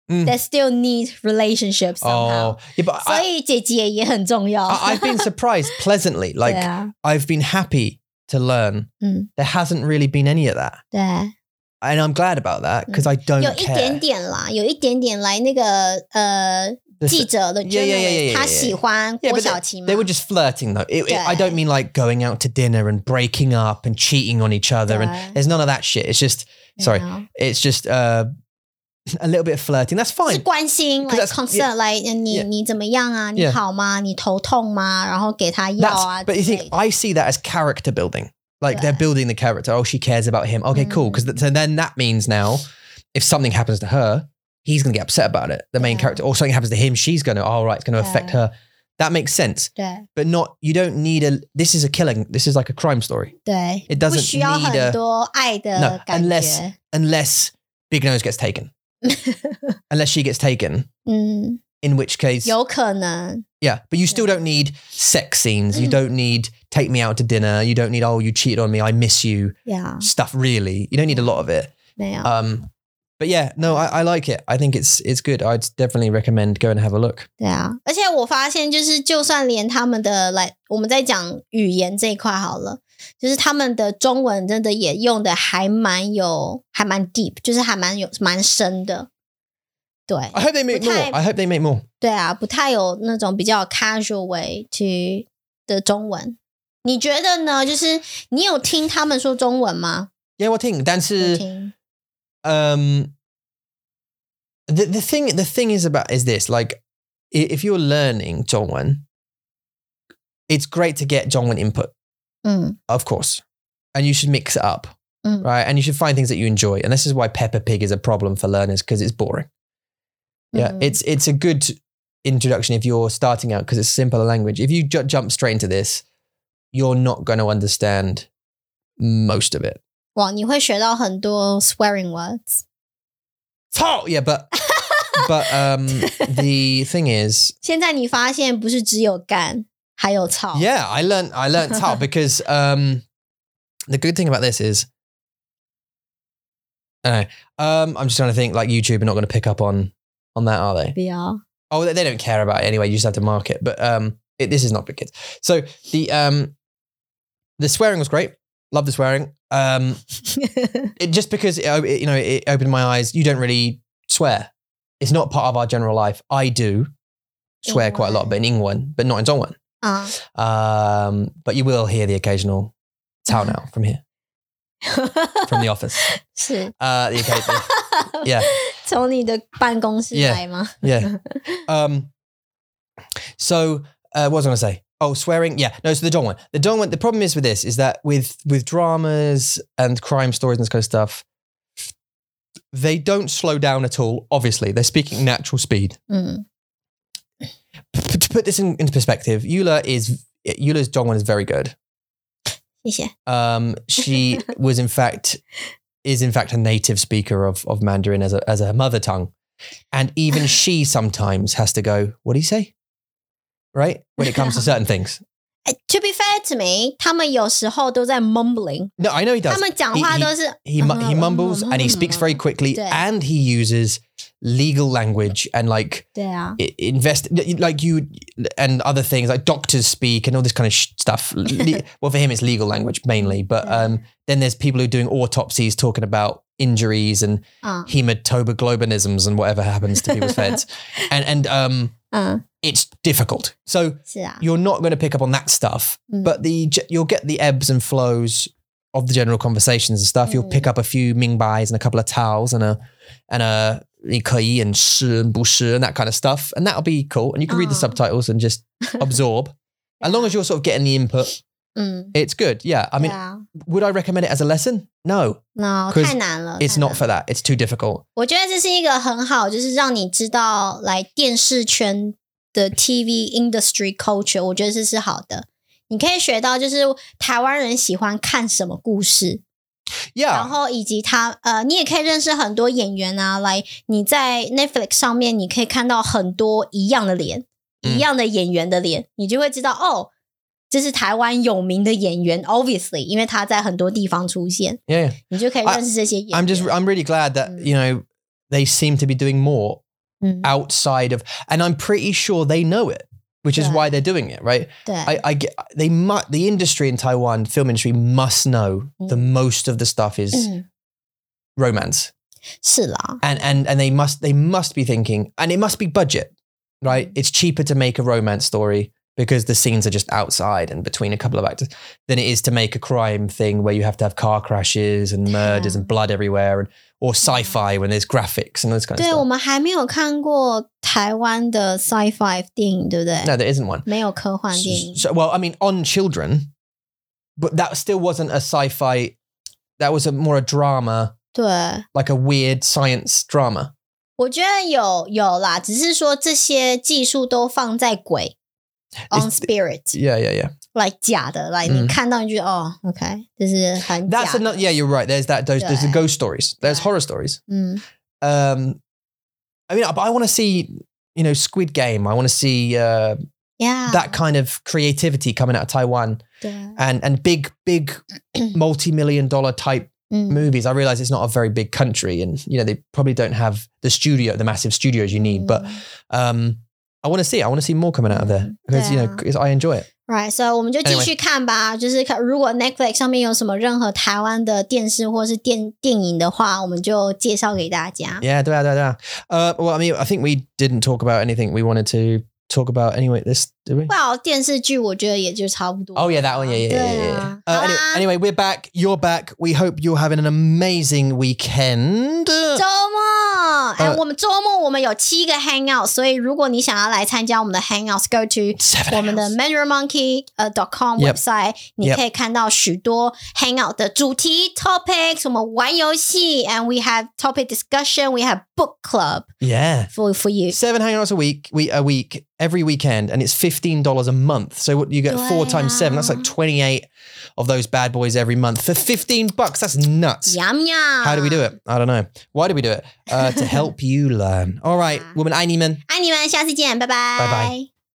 B: 嗯
A: They still need relationships somehow，、
B: Oh, yeah, but I-
A: 所以姐姐也很重要。
B: I, I've been surprised pleasantly. Like
A: 对啊，
B: I've been happy to learn.
A: Mm.
B: There hasn't really been any of that,
A: 对，
B: and I'm glad about
A: Hmm.
B: that because I don't
A: 有一
B: care.
A: 点点啦，有一点点来那个呃
B: This-
A: 记者的
B: Yeah, yeah, yeah, yeah,
A: journalist，
B: yeah,
A: 他
B: yeah.
A: 喜欢
B: Yeah,
A: 郭
B: but
A: 晓琪吗
B: They were just flirting though. It- it- I
A: Yeah.
B: don't mean like going out to dinner and breaking up and cheating on each other.
A: Yeah.
B: And there's none of that shit. It's just sorry.
A: You know?
B: it's just uh, a little bit of flirting. That's
A: 是
B: fine.
A: 关心
B: Because
A: ，like
B: that's- yeah.
A: concern，来你
B: Yeah.
A: 你怎么样啊？你
B: Yeah.
A: 好吗？你头痛吗？然后给他药
B: That's,
A: 啊之类
B: but
A: 的。
B: you think I see that as character building. Like
A: Yeah.
B: they're
A: Mm.
B: building the character. Oh, she cares about him. Okay, cool. Because th- so then that means now, if something happens to her, he's going to get upset about it. The main
A: Yeah.
B: character, or something happens to him, she's going to. All right, it's going to affect
A: Yeah.
B: her. That makes sense.
A: 对
B: But not. You don't need a. This is a killing. This is like a crime story.
A: 对，
B: It
A: 不
B: doesn't
A: 需要
B: need
A: 很
B: a
A: 多爱
B: No,
A: 的感觉。
B: unless- unless Big Nose gets taken. unless she gets taken,
A: 嗯，
B: in which case,
A: 有可能。
B: yeah. But you still
A: Yeah.
B: don't need sex scenes. You
A: Mm.
B: don't need take me out to dinner. You don't need oh you cheated on me. I miss you.
A: Yeah，
B: stuff really you don't need a lot of it
A: 没有。
B: um but yeah no I, I like it i think it's it's good i'd definitely recommend go and have a look
A: 对啊，而且我发现，就是就算连他们的来，我们在讲语言这一块好了，就是他们的中文真的也用的还蛮有，还蛮 deep，就是还蛮有蛮深的。对
B: i hope they make
A: Well,
B: more
A: time-
B: i hope they make more
A: 对啊，不太有那种比较 casual way to 的中文。你觉得呢？就是你有听他们说中文吗？
B: yeah what thing
A: 有
B: 但是
A: 听，
B: um the, the thing the thing is about is this like i- if you're learning zhongwen it's great to get zhongwen input
A: 嗯
B: of course and you should mix it up
A: Mm.
B: right? And you should find things that you enjoy. And this is why Peppa Pig is a problem for learners because it's boring. Yeah,
A: Mhm.
B: it's it's a good introduction if you're starting out because it's simpler language. If you ju- jump straight into this, you're not going to understand most of it.
A: 哇，你会学到很多 swearing words。
B: Oh, yeah, but but um, the thing is,
A: 现在你发现不是只有干，还有操。
B: Yeah, I learned I learned Tao because um, the good thing about this is, I don't know. Um, I'm just trying to think. Like YouTube are not going to pick up on on that, are they?
A: 不要。
B: Oh, they, they don't care about it anyway. You just have to mark it. But um, it, this is not for kids. So the um, the swearing was great. Love the swearing. Um, it, just because it, it, you know it opened my eyes. You don't really swear. It's not part of our general life. I do swear quite a lot, but in England, but not in Dongwon.
A: 啊，
B: Um, but you will hear the occasional tao now from here, from the office.
A: 是
B: Uh, the occasional, yeah,
A: 从你的办公室
B: Yeah.
A: 来吗？
B: yeah. Um, so uh, what was I going to say? Oh, swearing. Yeah, no. So the Dong one, the Dong one. The problem is with this is that with with dramas and crime stories and this kind of stuff, they don't slow down at all. Obviously, they're speaking natural speed.
A: 嗯
B: P- to put this in, into perspective, Eula is Eula's Dong one is very good.
A: 谢谢。
B: Um, she was in fact is in fact a native speaker of of Mandarin as a as a mother tongue, and even she sometimes has to go. What do you say? Right when it comes to certain things.
A: 哎 To be fair to me，他们有时候都在 mumbling，
B: No, I know he
A: 他
B: does.
A: 们讲话
B: He- he-
A: 都是
B: He mu- he mumbles and he speaks very quickly,
A: Yeah.
B: and he uses legal language and like
A: 对啊，
B: i- invest like you and other things like doctors speak and all this kind of sh- stuff. Le- well, for him, it's legal language mainly, but
A: Yeah.
B: um, then there's people who are doing autopsies talking about injuries and
A: 啊
B: hematoglobinisms and whatever happens to people's heads. And and um
A: 嗯，
B: it's difficult. So
A: 是啊，
B: you're not going to pick up on that stuff,
A: Mm.
B: but the ge- you'll get the ebbs and flows of the general conversations and stuff. You'll pick up a few mingbais and a couple of taos and a and a 你可以 and 是 and 不是 and that kind of stuff, and that'll be cool. And you can read the
A: Ah.
B: subtitles and just absorb. As long as you're sort of getting the input,
A: 嗯，
B: it's good. Yeah. I mean,
A: 对啊，
B: would I recommend it as a lesson? No,
A: 那哦
B: 'Cause
A: 太难了。
B: it's
A: 太难
B: not for that. It's too difficult.
A: 我觉得这是一个很好，就是让你知道来电视圈的 TV industry culture，我觉得这是好的。你可以学到，就是台湾人喜欢看什么故事，然
B: Yeah.
A: 后以及他呃，你也可以认识很多演员啊。来，你在 Netflix 上面，你可以看到很多一样的脸，
B: 嗯
A: 一样的演员的脸，你就会知道哦，这是台湾有名的演员，obviously，因为他在很多地方出现，
B: Yeah. yeah.
A: 你就可以
B: I-
A: 认识这些演员。
B: 啊 I'm just I'm really glad that
A: Mm.
B: you know they seem to be doing more
A: 嗯，
B: outside of, and I'm pretty sure they know it, which is
A: Yeah.
B: why they're doing it, right?
A: 对，
B: I, I get they mu the industry in Taiwan, film industry must know the
A: Mm.
B: most of the stuff is
A: 嗯，
B: romance,
A: 是啦，
B: and and and they must they must be thinking, and it must be budget, right? It's cheaper to make a romance story. Because the scenes are just outside and between a couple of actors, than it is to make a crime thing where you have to have car crashes and murders
A: Yeah.
B: and blood everywhere, and or sci-fi when there's graphics and all this kind
A: 对，
B: of stuff.
A: 我们还没有看过台湾的 sci-fi 电影，对不对？
B: No, there isn't one.
A: 没有科幻电影，
B: So, well, I mean, on children, but that still wasn't a sci-fi. That was a more a drama,
A: 对。
B: like a weird science drama.
A: 我觉得有有啦，只是说这些技术都放在 鬼 on
B: It's-
A: spirit
B: Yeah, yeah, yeah.
A: 来假的，来、
B: 嗯
A: 你看到你就哦，OK，这是很假的
B: That's another. Yeah, you're right. There's that. Those, there's the
A: Yeah.
B: ghost stories. There's
A: Yeah.
B: horror stories.
A: 嗯，
B: Um, I mean, but I want to see. You know, Squid Game. I want to see uh,
A: 呀、
B: that kind of creativity coming out of Taiwan
A: 对，
B: and and big, big, multi-million dollar type
A: 嗯，
B: movies. I realize it's not a very big country, and you know they probably don't have the studio, the massive studios you need. But
A: 嗯
B: um, I want to see. I want to see more coming out of there because you know
A: Mm. Yeah.
B: 'cause I enjoy it.
A: Right，所、so、以我们就继续看吧。就是看如果 Netflix 上面有什么任何台湾的电视或是电电影的话，我们就介绍给大家。
B: Yeah, da, da, da. Uh, well, I mean, I think we didn't talk about anything we wanted to talk about anyway. This did we?
A: 哇，电视剧我觉得也就差不多。
B: Oh yeah, that one. Yeah, yeah, yeah. yeah,
A: Yeah.
B: yeah. Uh, anyway,
A: Ah.
B: anyway, we're back. You're back. We hope you're having an amazing weekend.
A: 周末哎、我们周末我们有七个 hangout，所以如果你想要来参加我们的 hangouts，go to 我们的 mandarinmonkey 呃 dot com
B: Yep.
A: website，、你
B: Yep.
A: 可以看到许多 hangout 的主题 topics，我们玩游戏，and we have topic discussion，we have book club
B: Yeah.
A: for for you。
B: Seven hangouts a week, we a week every weekend, and it's fifteen dollars a month. So what you get four times seven. That's like twenty eight of those bad boys every month for fifteen bucks. That's nuts.
A: Yum yum。
B: How do we do it? I don't know. Why do we do it? Uh, to help you learn. All right,
A: Yeah.
B: woman Eineman.
A: 爱你们，下次见，拜拜，
B: 拜拜。